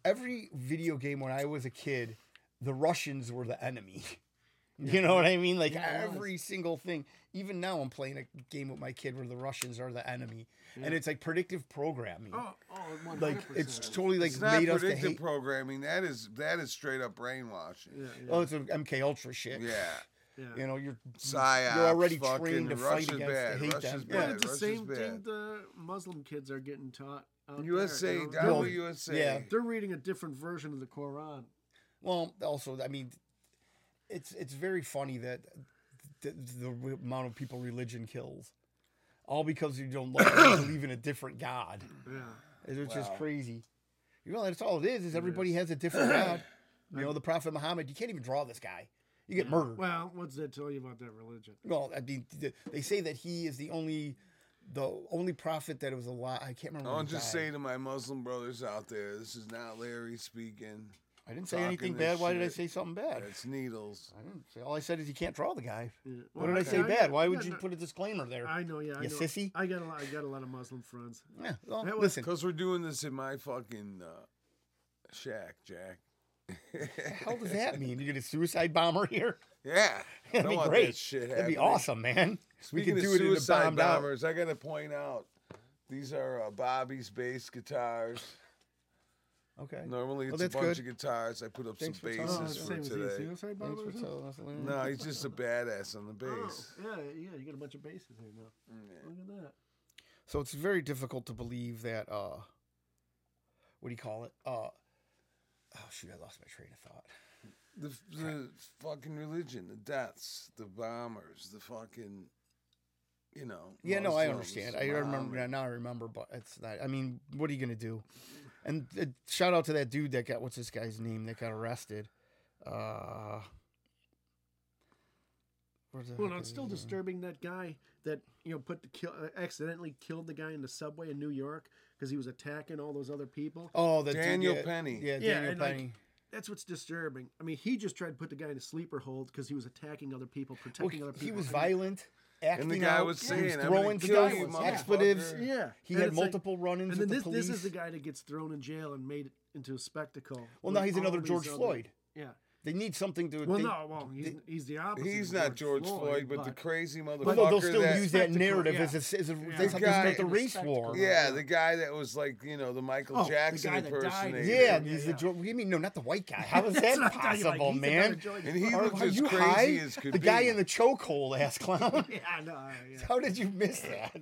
every video game when I was a kid, the Russians were the enemy? (laughs) You know what I mean? Like
Yeah, it was.
every single thing. Even now, I'm playing a game with my kid where the Russians are the enemy, and it's like predictive programming.
Oh, oh, 100%.
like it's totally like
it's not
made us to
predictive
hate.
programming. That is that is straight up brainwashing.
Yeah. yeah,
oh, it's an MK Ultra shit.
Yeah.
yeah.
You know, you're
Psyops,
you're already
fucking
trained to
Russia's
fight against
bad,
the hate
Russia's
them.
bad.
Well,
Yeah.
it's the
Russia's
same
bad.
thing the Muslim kids are getting taught. out
USA,
there, you know?
down
Well,
with USA.
uh, yeah.
They're reading a different version of the Quran.
Well, also, I mean, it's it's very funny that the, the re- amount of people religion kills, all because you don't like, believe in a different god.
Yeah.
It's just
Wow.
crazy. You know, that's all it is. Is everybody has a different god. You know, the Prophet Muhammad. You can't even draw this guy. You get murdered. Well,
Well, what's that tell you about that religion?
I mean, th- they say that he is the only, the only prophet that was alive. I can't remember.
I'll
when he
Oh, just
died.
say to my Muslim brothers out there, this is not Larry speaking.
I didn't say
talking
anything
this
bad. Why did I
shit.
say something bad?
That's needles.
I didn't say. All I said is you can't draw the guy.
Yeah.
What
Well,
did I say
got-
bad? Why would
yeah,
you
no,
put a disclaimer there?
I know, yeah. I
You
know.
sissy?
I got a lot. I got a lot of Muslim friends.
Yeah, well,
That was-
listen.
Because we're doing this in my fucking uh, shack, Jack. (laughs)
How does that mean? You get a suicide bomber here? (laughs)
Yeah.
That'd
Don't
be
want
great.
That shit
That'd be
happening.
awesome, man.
Speaking
we could
of
do it in a
suicide
bombed out.
bombers, I got to point out these are uh, Bobby's bass guitars.
Okay.
Normally
Well,
it's
that's
a bunch
good.
of guitars. I put up
Thanks
some
for telling us.
basses
Oh,
for today.
suicide
Thanks
bomber
for
or something?
telling us, Larry.
No, he's just a badass on the
Oh, Mm.
bass.
yeah, yeah. You got a bunch of bases here now. Look at that.
So it's very difficult to believe that. uh What do you call it? Uh Oh shoot! I lost my train of thought.
The, f- the fucking religion, the deaths, the bombers, the fucking, you know.
Yeah, no, I
Muslims,
understand. I remember
Muhammad.
now. I remember, but it's not. I mean, what are you gonna do? And uh, shout out to that dude that got what's this guy's name that got arrested. Uh, where the
Well,
heck
no, it's
is
still
he?
disturbing that guy that you know put the kill, uh, accidentally killed the guy in the subway in New York because he was attacking all those other people.
Oh, the dude-
Daniel
yeah,
Penny.
Yeah,
Yeah,
Daniel
and, like,
Penny.
That's what's disturbing. I mean, he just tried to put the guy in a sleeper hold because he was attacking other people,
Well,
protecting
he,
other people.
he was
I mean,
violent, acting
guy
out,
was
he
saying,
was
"I'm gonna
throwing
kill you,
violence,
motherfucker."
expletives.
violent.
Yeah,
He
And
had
it's like-
multiple run-ins with
and then
the
this,
police.
this is the guy that gets thrown in jail and made it into a spectacle.
well, now
with
he's
all
another
these
George
other-
Floyd.
Yeah.
They need something to.
Well,
they-
no, well, he's, he's the opposite. of
He's not George Floyd, but,
(laughs)
the crazy motherfucker.
Although they'll still
that,
use that
Spectacle,
narrative
yeah.
as, a, as a,
Yeah.
they
The
something
guy-
about the race war.
Yeah, the guy that was like, you know, the Michael
Oh, the
Jackson
guy that died.
impersonator.
Yeah,
Yeah,
he's
yeah.
the George. What do you mean? No, not the white guy.
(laughs)
How is
That's
that
what I thought, you're like,
possible,
he's
man?
another George
And he
Floyd.
Are,
looked
are
as
you
crazy
high?
as could
the guy
be.
in the chokehold, ass clown.
(laughs)
(laughs)
Yeah, I know,
(laughs)
yeah.
How did you miss that?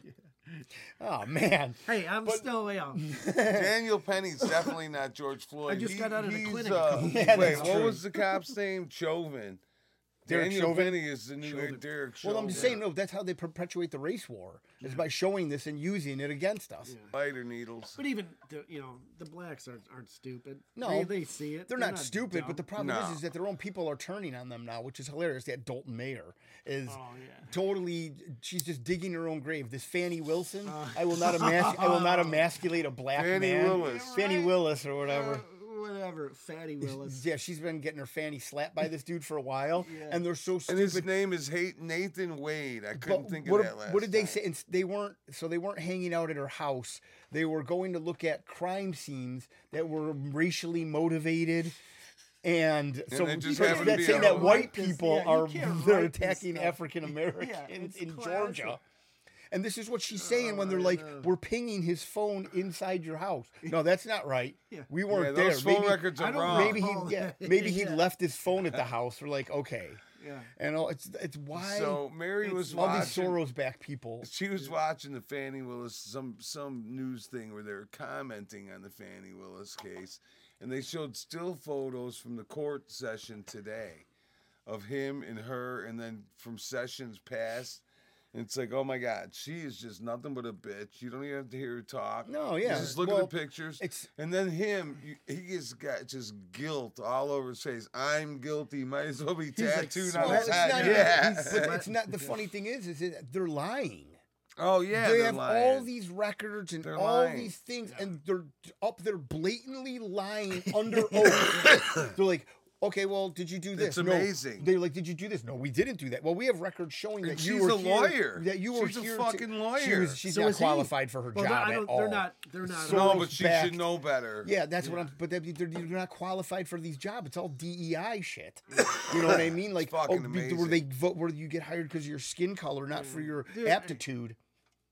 Oh man.
Hey, I'm still
(laughs)
out.
(laughs) Daniel Penny's definitely not George Floyd.
just
He-
got out of the
he's,
clinic.
uh,
Yeah,
wait,
that's
what
true.
was the cop's name? Chauvin.
Derek
Daniel
Chauvin.
Vinny is the new Derek Chauvin.
Well, I'm just saying, no, that's how they perpetuate the race war is by showing this and using it against us.
Lighter needles.
But even the, you know the blacks aren't aren't stupid.
No,
they, they see it.
They're, not, stupid, but the
dumb.
problem is,
No.
is that their own people are turning on them now, which is hilarious. That Dalton Mayer is
Oh, yeah.
totally, she's just digging her own grave. This Fannie Wilson,
Uh.
I will not emas- I will not emasculate a black
Fannie
man.
Willis.
Fannie
Right.
Willis or whatever.
Uh, whatever,
(laughs)
Fatty Willis.
yeah, she's been getting her fanny slapped by this dude for a while, and they're so
And
stupid.
his name is Hay- Nathan Wade. I couldn't
But
think of
what,
that last
what did they
time.
say? It's- They weren't so they weren't hanging out at her house. They were going to look at crime scenes that were racially motivated, and, so
they just
that's
happened to be
saying
at
that
home.
white
This-
people
yeah, you
are (laughs)
can't
they're
write this
attacking
stuff.
African Americans
it's
in
classic. Uh,
Georgia. And this is what she's saying when they're like, "We're pinging his phone inside your house." No, that's not right.
(laughs) Yeah.
We
Yeah,
weren't there.
those phone
Maybe-
records
I
are
don't
wrong.
Maybe he,
Oh, (laughs)
yeah,
yeah.
maybe he
Yeah.
left his phone
(laughs)
at the house. We're like, okay,
Yeah.
and all, it's it's why
so Mary was
all these
watching.
Soros back people.
She was watching the Fannie Willis some some news thing where they were commenting on the Fannie Willis case, and they showed still photos from the court session today, of him and her, and then from sessions past. And it's like, oh my God, she is just nothing but a bitch. You don't even have to hear her talk.
No,
You
yeah.
just look
Well,
at the pictures.
it's-
and then him, you, he has got just guilt all over his face. I'm guilty. Might as well be
like,
tattooed on
Well,
his
it's
head.
not,
yeah.
he's- but it's not. The funny thing is, is that they're lying.
(laughs) oh yeah.
they
they're
have all
lying.
these records and
They're
all
lying.
these things, and they're up there blatantly
(laughs)
lying under oath. they're like, okay, well, did you do this?
It's
No."
amazing.
They're like, did you do this? No, we didn't do that. Well, we have records showing that
And
you
she's
were
a
here-
lawyer.
That you were
She's a
here to-
fucking
She
lawyer.
was, she's
So
not
is he?
qualified for her
Well,
job
I
at
don't,
all.
They're not. They're not.
So-
No,
Soros
but she
backed.
should know better.
Yeah, that's what I'm. But that, they're, you're not qualified for these jobs. It's all DEI
(laughs)
shit. You know what I mean? Like,
fucking
oh, be- where they vote, where you get hired because of your skin color, not
Mm.
for your
Dude, I-
aptitude.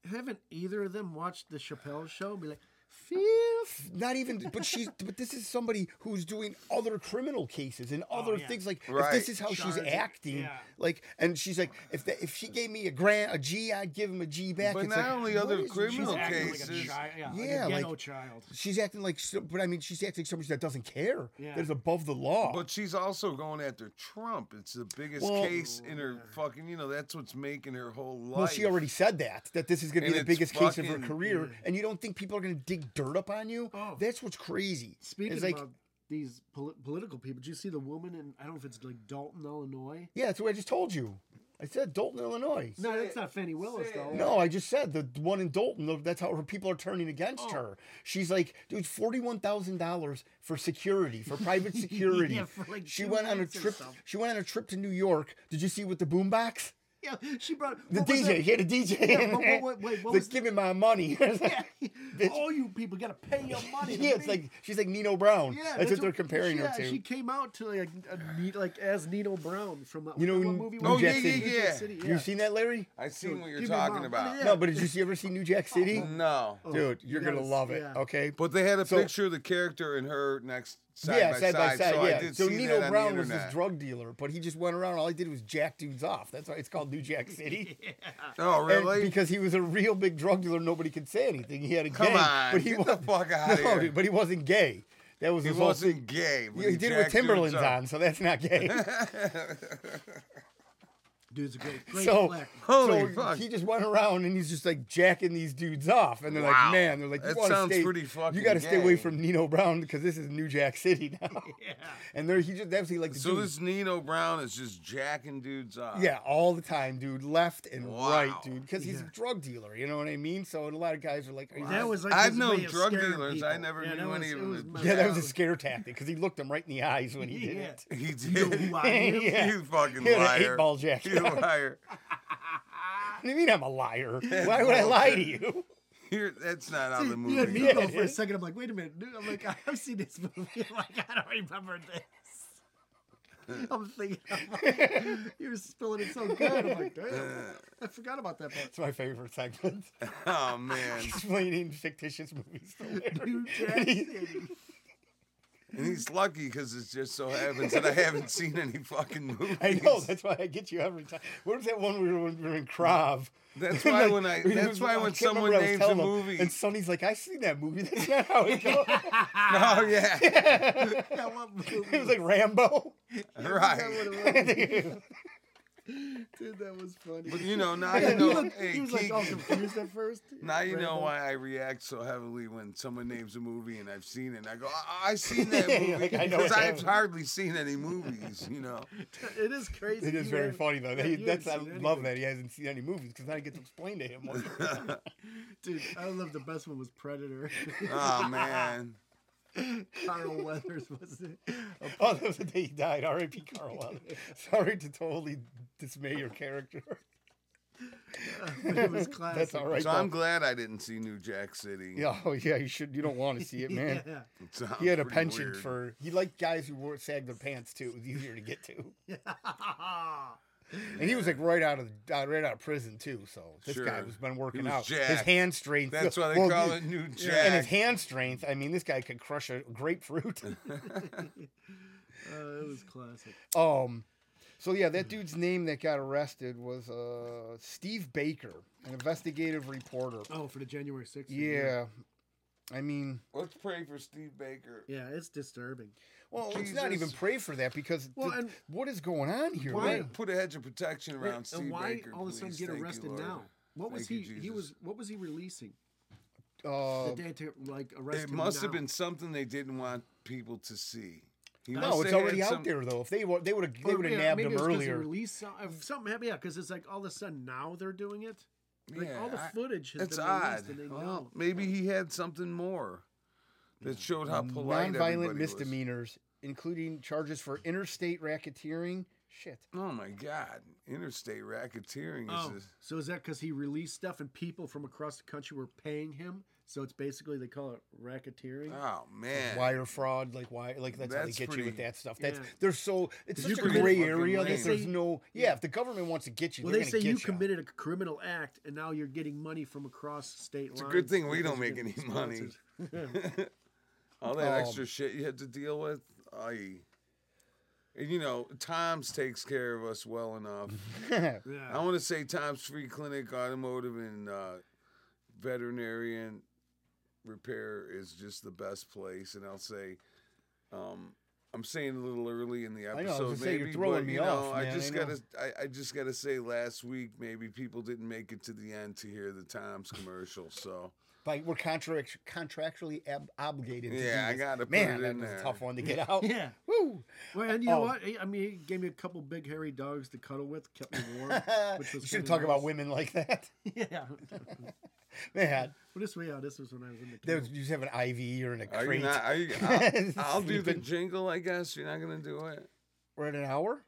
haven't either of them watched the Chappelle show? and Be like, fifth.
Not even. But she's. but this is somebody who's doing other criminal cases and other
Oh, yeah.
things. Like, if
Right.
this is how she's
Charges,
acting,
yeah.
like, and she's like, if the, if she gave me a grant, a G, I'd give him a G back.
But
It's
not
like,
only
what
other
is-
criminal
she's acting like a-
cases. Cases.
yeah,
Yeah,
like
like-
a ghetto child.
She's acting like, so- but I mean, she's acting like somebody that doesn't care.
Yeah.
That is above the law.
But she's also going after Trump. It's the biggest
Well-
case in her fucking. You know, that's what's making her whole life.
Well, she already said that that this is going to
And
be the
it's
biggest case of her
fucking-
career, and you don't think people are going to dig dirt up on you?
mm. Oh.
That's what's crazy.
Speaking
it's like,
about these poli- political people, do you see the woman in? I don't know if it's like Dalton, Illinois.
yeah, that's what I just told you. I said Dalton, Illinois.
No, that's not Fannie Willis though.
No, I just said the one in Dalton. the- That's how her people are turning against
Oh.
her. She's like, dude, forty-one thousand dollars for security, for
(laughs)
private security.
Yeah, for like
she
two
went on a
nights or
trip.
something.
She went on a trip to New York. Did you see with the boombox?
(laughs) Yeah, she brought
The
what was
DJ,
that?
he had a DJ.
Yeah,
in
what-
there.
what- wait, what
The
was-
give me my money? (laughs)
Yeah. All you people gotta pay your money. to
yeah, it's
me.
like she's like Nino Brown.
Yeah,
that's, what they're comparing
yeah,
her to.
She came out to like a, a neat, like as Nino Brown from that
You know,
what
N-
movie.
New
was it?
Jack Oh, yeah, City.
yeah, yeah.
City,
You seen that, Larry?
I seen what you're
give me
talking
mom.
about.
Yeah. Oh,
No, but did you see, ever see New Jack City?
No,
Dude, you're gonna
yes,
love it.
yeah.
Okay.
but they had a
So-
picture of the character and her next side
yeah,
by
side by side.
So
yeah.
I did
so
see
Nino
that on
Brown
the
was this
internet.
drug dealer, but he just went around. All he did was jack dudes off. That's why it's called New
(laughs)
Jack City.
oh,
And
really?
because he was a real big drug dealer, nobody could say anything. He had a
Come
gang,
on,
but he
get the
wa- (laughs)
fuck outta
no,
here.
dude, but he wasn't gay. That was
he
his whole thing.
wasn't gay. but
Yeah, he did it with
jacked dudes
Timberlands
up.
on, so that's not
(laughs)
gay.
Dude's
(laughs)
a great, great
so,
black.
(laughs)
Holy
so
fuck.
he just went around and he's just like jacking these dudes off, and they're
Wow.
like, man, they're like, you
That
wanna
sounds
stay,
pretty
You
fucking
gotta stay away
gay.
from Nino Brown because this is New Jack City
(laughs)
now. And there he just definitely like the
So
dude-
this Nino Brown is just jacking dudes up.
yeah, all the time, dude, left and right,
Wow.
dude, because he's
Yeah.
a drug dealer. You know what I mean? So and a lot of guys are like, are you-
That was like
I've
his
known
way of
drug
scaring
dealers.
people.
I never
yeah, that
knew
was,
any of
it
them
was
that-
my-
yeah, that was a scare tactic because he looked him right in the eyes when he did
Yeah.
it.
(laughs)
(laughs)
He
You know
did. (laughs)
who I am?
yeah.
You fucking
He had an
liar.
eight-ball jacket (laughs)
You
on.
liar.
What do you mean I'm a
(laughs)
liar? Why would I lie to you? (laughs)
Here, that's not how
See,
the
You had
movie.
me
goes.
go for
(laughs)
a second. I'm like, wait a minute. Dude. I'm like, I've seen this movie. (laughs) I'm like, I don't remember this.
(laughs)
I'm thinking, I'm like, you were spilling it so good. I'm
(laughs)
like, damn, I forgot about that part.
It's my favorite segment. (laughs)
Oh man,
Explaining fictitious movies.
(laughs)
to Larry.
New Jack City.
and he's lucky because it just so happens
(laughs)
that I haven't seen any fucking movies.
I know. That's why I get you every time. What was that one we were, when we were in Krav?
(laughs) That's
(laughs) And,
why
like,
when I.
we-
That's why
I
when
can't
someone
remember what I was
names a
telling him,
movie.
and Sonny's like, "I seen that movie. (laughs) That's not how it (laughs) goes."
(laughs) Oh
(laughs)
yeah,
Yeah, what movie?
(laughs) it was like Rambo.
(laughs) right.
Dude,
Dude, that was funny.
But you
(laughs)
know, now you
Yeah, he,
know.
looked,
hey,
he was like all
"Oh,
Keegan,
confused at first.
Now you know
Randall.
why I react so heavily when someone names a movie and I've seen it. And I
(laughs)
go, I, I seen that
Yeah,
movie
like, I know
because
it
I've
happened.
hardly seen any movies. You
(laughs)
know,
It is crazy.
It is
You
very
have-
funny though.
yeah,
He-
you haven't
that's I
seen
love
anything.
that he hasn't seen any movies because I get to explain to him. (laughs)
(laughs)
What,
Dude, I love the best one was Predator. (laughs)
oh man,
Carl Weathers was it?
oh, that was the day he died. R.I.P. Carl. (laughs) Weathers. Sorry to totally dismay your character.
It was
(laughs)
classic.
That's all right.
so I'm
though.
glad I didn't see New Jack City.
yeah, oh, yeah. You should. You don't want to see
(laughs)
it, man.
Yeah.
(laughs) It sounds
He had a
pretty
penchant
weird.
for. He liked guys who wore sagged their pants too. It was easier to get to.
(laughs)
And he was like right out of uh, right out of prison too. So this guy
Sure.
was been working
was
out. His
jacked.
hand strength. (laughs)
That's why they
well,
call
the-
it New Jack.
And his hand strength. I mean, this guy could crush a grapefruit. (laughs)
Uh, it was classic.
um, so yeah, that dude's name that got arrested was uh Steve Baker, an investigative reporter.
Oh, for the January 6th.
Yeah, I mean,
Let's pray for Steve Baker.
Yeah, it's disturbing.
well, let's not even
Jesus.
pray for that because
Well,
th-
and-
what is going on here?
Why-
man?
Put, put a hedge of protection around Steve
and why
Baker.
all of a sudden
please.
get
Thank you,
arrested
Lord.
now? What was
Thank
he?
you,
He
Jesus.
was. What was he releasing?
Uh,
The day to like arrest
It
him
must have
now?
been something they didn't want people to see. He must
no, it's
have had
already out
some-
there though. If they wa- they would have they
Or,
would have
yeah,
nabbed
maybe
him
it was 'cause he
earlier.
Released some, if something happened. Yeah, because it's like all of a sudden now they're doing it. Like all the
I-
footage has
It's
been
odd. Oh,
released, and they
Well,
know.
maybe he had something more that showed how polite
Um, nonviolent
everybody was.
misdemeanors, including charges for interstate racketeering. Shit.
Oh my God! Interstate racketeering is.
Oh,
just-
so is that because he released stuff and people from across the country were paying him? So it's basically they call it racketeering.
oh man!
Wire fraud, like why, like that's, how they
That's
get you with
pretty-
that stuff. That's
yeah.
they're so it's
You
such a
committed
gray
fucking
area that
lame.
there's
They-
no yeah. If the government wants to get you,
well,
they're
they
gonna
say
get
you committed a criminal act, and now you're getting money from across state
It's a
lines.
good thing we
because
don't
you're
make
getting
any money.
sponsors.
All that
Um,
extra shit you had to deal with. I. And you know, Tom's takes care of us well enough. I
(laughs)
Yeah.
want to say Tom's Free Clinic, automotive and uh, veterinarian repair is just the best place. And I'll say, um, I'm saying a little early in the
I
episode.
know, I was gonna say,
maybe,
you're throwing
but,
me
you know,
off,
I
man,
just
I know.
gotta, I, I just gotta say, last week maybe people didn't make it to the end to hear the Tom's commercial. So
like we're contract, contractually ab- obligated. To do
Yeah, I
this.
gotta put
man,
it
that
in
was a
there.
tough one to
(laughs)
get out.
Yeah.
Woo.
Well, and you know
Oh.
what? He- I mean, he gave me a couple big hairy dogs to cuddle with, kept me
(laughs)
warm.
you
Which was
shouldn't
kinda
talk about
nice.
women like that,
(laughs)
(laughs)
yeah. (laughs)
(laughs)
man.
Well, this way, yeah, this was when I was in the.
They
kennel.
was, you just have an IV or in a
are
crate.
you not?
(laughs)
Are you, (laughs) I'll, I'll do the
Sleeping.
jingle. I guess you're not gonna do it.
We're at an hour.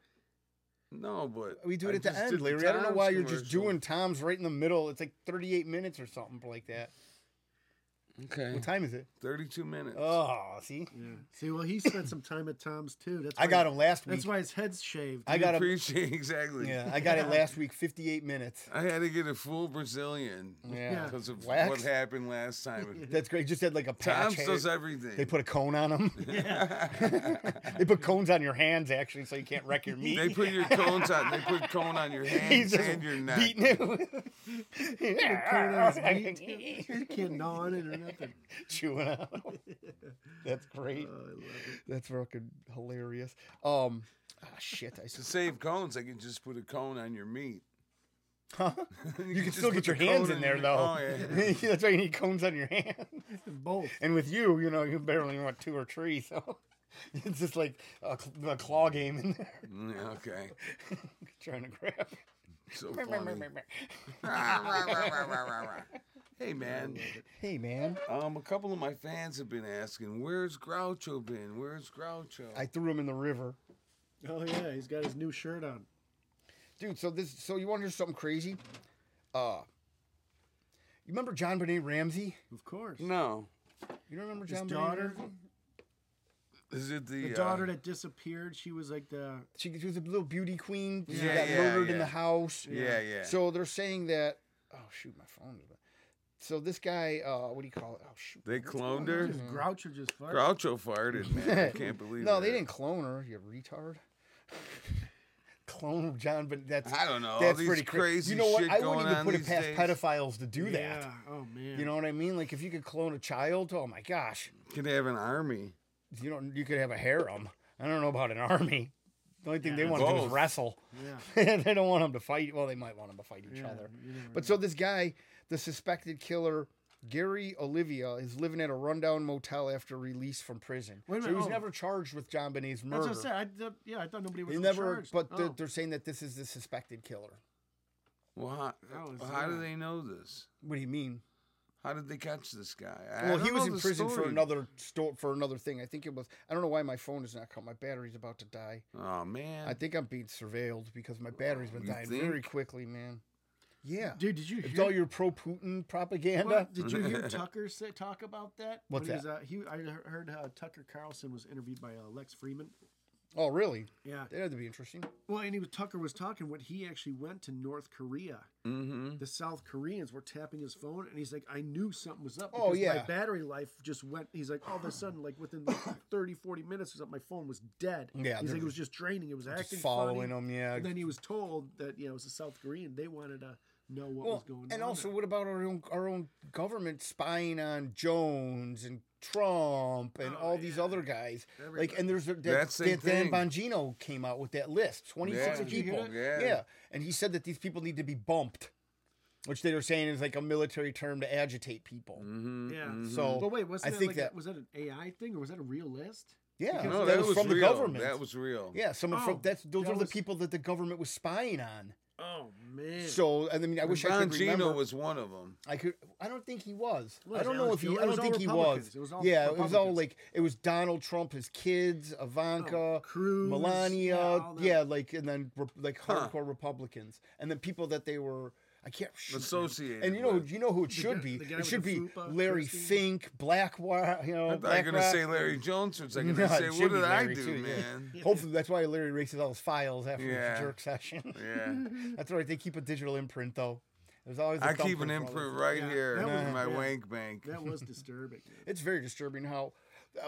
No, but
We do
I
it at
just
the end,
did
Larry. I don't know
Tom's
why you're just
commercial.
doing Tom's right in the middle. It's like 38 minutes or something like that.
Okay, Hmm.
What time is it?
32 minutes.
Oh, see,
Yeah. See, well, he spent some time at Tom's too. That's
I
why-
got him last week.
That's why his head's shaved.
I
dude.
got him.
appreciate (laughs) exactly.
Yeah, I got it
(laughs)
last week. 58 minutes.
I had to get a full Brazilian
Yeah,
because of
Wax?
what happened last time.
(laughs) that's great. Just had like a patch.
Tom's
hair.
does
They
everything. (laughs)
put a cone on them. (laughs) they put cones on your hands actually, so you can't wreck your meat. (laughs)
They put your cones on. They put cone on your
He's
hands
just
and your neck.
beating it.
(laughs)
(laughs)
Put a cone on his (laughs)
with-
You can't gnaw on it or nothing.
(laughs) Chewing on 'em. That's great.
Oh, I love it.
That's fucking hilarious. Um, ah, shit. I
To
just, (laughs)
save cones, I can just put a cone on your meat. (laughs)
huh?
you,
You can
just
still
put
get your
the
hands
cone
in there
your-
though. (laughs)
Oh, yeah.
That's why you need cones on your (laughs) hand.
Both.
And with you, you know, you barely want two or three, so (laughs) it's just like a, cl- a claw game in there, (laughs)
Mm, okay.
trying to grab.
So funny. (laughs)
(laughs)
hey man,
Hey man,
um, a couple of my fans have been asking, "Where's Groucho been? Where's Groucho?"
I threw him in the river,
Oh yeah, he's got his new shirt on.
dude. So this, so you want to hear something crazy? Uh, you remember John Benet Ramsey?
Of course.
no,
You don't remember
His
John
daughter,
Benet Ramsey?
is it the,
the
uh,
daughter that disappeared, she was like the.
She, she was a little beauty queen. She
Yeah,
got
yeah,
murdered in
yeah.
the house.
Yeah, yeah.
So they're saying that. Oh shoot, my phone. is- So this guy, uh, what do you call it? Oh shoot.
They
what's going
cloned her?
on?
Just Groucho just farted.
Groucho farted, man.
(laughs)
I can't believe.
No,
that.
they didn't clone her. You retard. (laughs) clone of John, but that's
I don't know. all
that's
these
pretty cra-
crazy
You know what?
shit
I
going
wouldn't even
on
put it
these
past
days.
pedophiles to do
yeah.
that.
Oh man.
You know what I mean? Like if you could clone a child, oh my gosh,
Could have an army.
you know you could have a harem. I don't know about an army. The only thing they
Yeah.
want to do is
Both.
wrestle.
Yeah.
(laughs) they don't want them to fight. Well, they might want them to fight each
Yeah,
other.
you never
But so this guy, the suspected killer, Gary Olivia, is living at a rundown motel after release from prison.
Wait a
so
minute,
he was
oh.
never charged with John Bonet's
That's
murder.
what I said. I, th- yeah, I thought nobody was
He
in
never,
charge.
but the-
Oh.
they're saying that this is the suspected killer.
Well, how,
That was-
well, how do
yeah.
they know this?
What do you mean?
How did they catch this guy? I
well,
don't
he was
know
in
the
prison for
story.
another sto- for another thing. I think it was. I don't know why my phone is not coming. My battery's about to die.
Oh man,
I think I'm being surveilled because my battery's been
You
dying very
think?
quickly, man. Yeah,
dude, did you
it's
hear?
all your pro Putin propaganda.
what- did you hear Tucker say, talk about that?
What's
When He was, uh, he, I he- heard uh, Tucker Carlson was interviewed by uh, Lex Friedman.
Oh, really?
Yeah.
That'd have to be interesting.
Well, and he was Tucker was talking when he actually went to North Korea.
mm-hmm.
The South Koreans were tapping his phone, and he's like, "I knew something was up."
Oh,
because my
yeah.
battery life just went. He's like, all
(sighs)
of a sudden, like within like 30, 40 minutes or something, my phone was dead.
Yeah,
he's
they're
like, it was just draining. It was acting
Just following
funny.
them, yeah.
And then he was told that you know it was a South Korean. They wanted to know what was
Well,
going on.
and also, what about our own our own government spying on Jones and Trump and
Oh,
all these other guys? Like, and there's a- that,
That same
that Dan
thing.
Bongino came out with that list, twenty six
Yeah. Did you
hear
people.
that? Yeah.
and he said that these people need to be bumped, which they were saying is like a military term to agitate people.
Mm.
Mm-hmm.
Yeah.
So
But wait, wasn't
I
that
think
like
that-
was that an AI thing or was that a real list?
yeah,
no,
that, was, from
real.
the government.
That was real.
yeah, someone
Oh,
from that's those
that
are the
was-
people that the government was spying on.
Oh man.
So and I mean, I wish I
John
could
Gino
remember.
was one of them.
I could. I don't think he was.
Was
I don't
it?
know
It
if he.
was-
I
it was
don't think
all
he
Republicans.
was.
It was all
yeah, it was all
Republicans.
like it was Donald Trump, his kids, Ivanka,
Oh, Cruz,
Melania,
yeah,
yeah,
all them.
like and then re- like hardcore Republicans, and then people that they were. I can't. shoot, man.
Associated.
And you know,
with.
you know who it should
guy-
be.
the guy
It
with
should
the
be
fupa,
Larry
Christie?
Fink, Blackwater. You know,
I thought you were gonna
Blackrock.
say Larry Jones for a second.
No,
I
it
say,
should
what
be
did I
Larry,
do,
too, yeah.
man?
(laughs) Hopefully, that's why Larry erases all his files after
Yeah.
the jerk session.
Yeah,
(laughs) that's right. They keep a digital imprint though. There's always. a
I keep an
thumbprint for all those
imprint right
Yeah,
here
that was-
in my
yeah.
wank bank.
that was disturbing. dude.
it's very disturbing how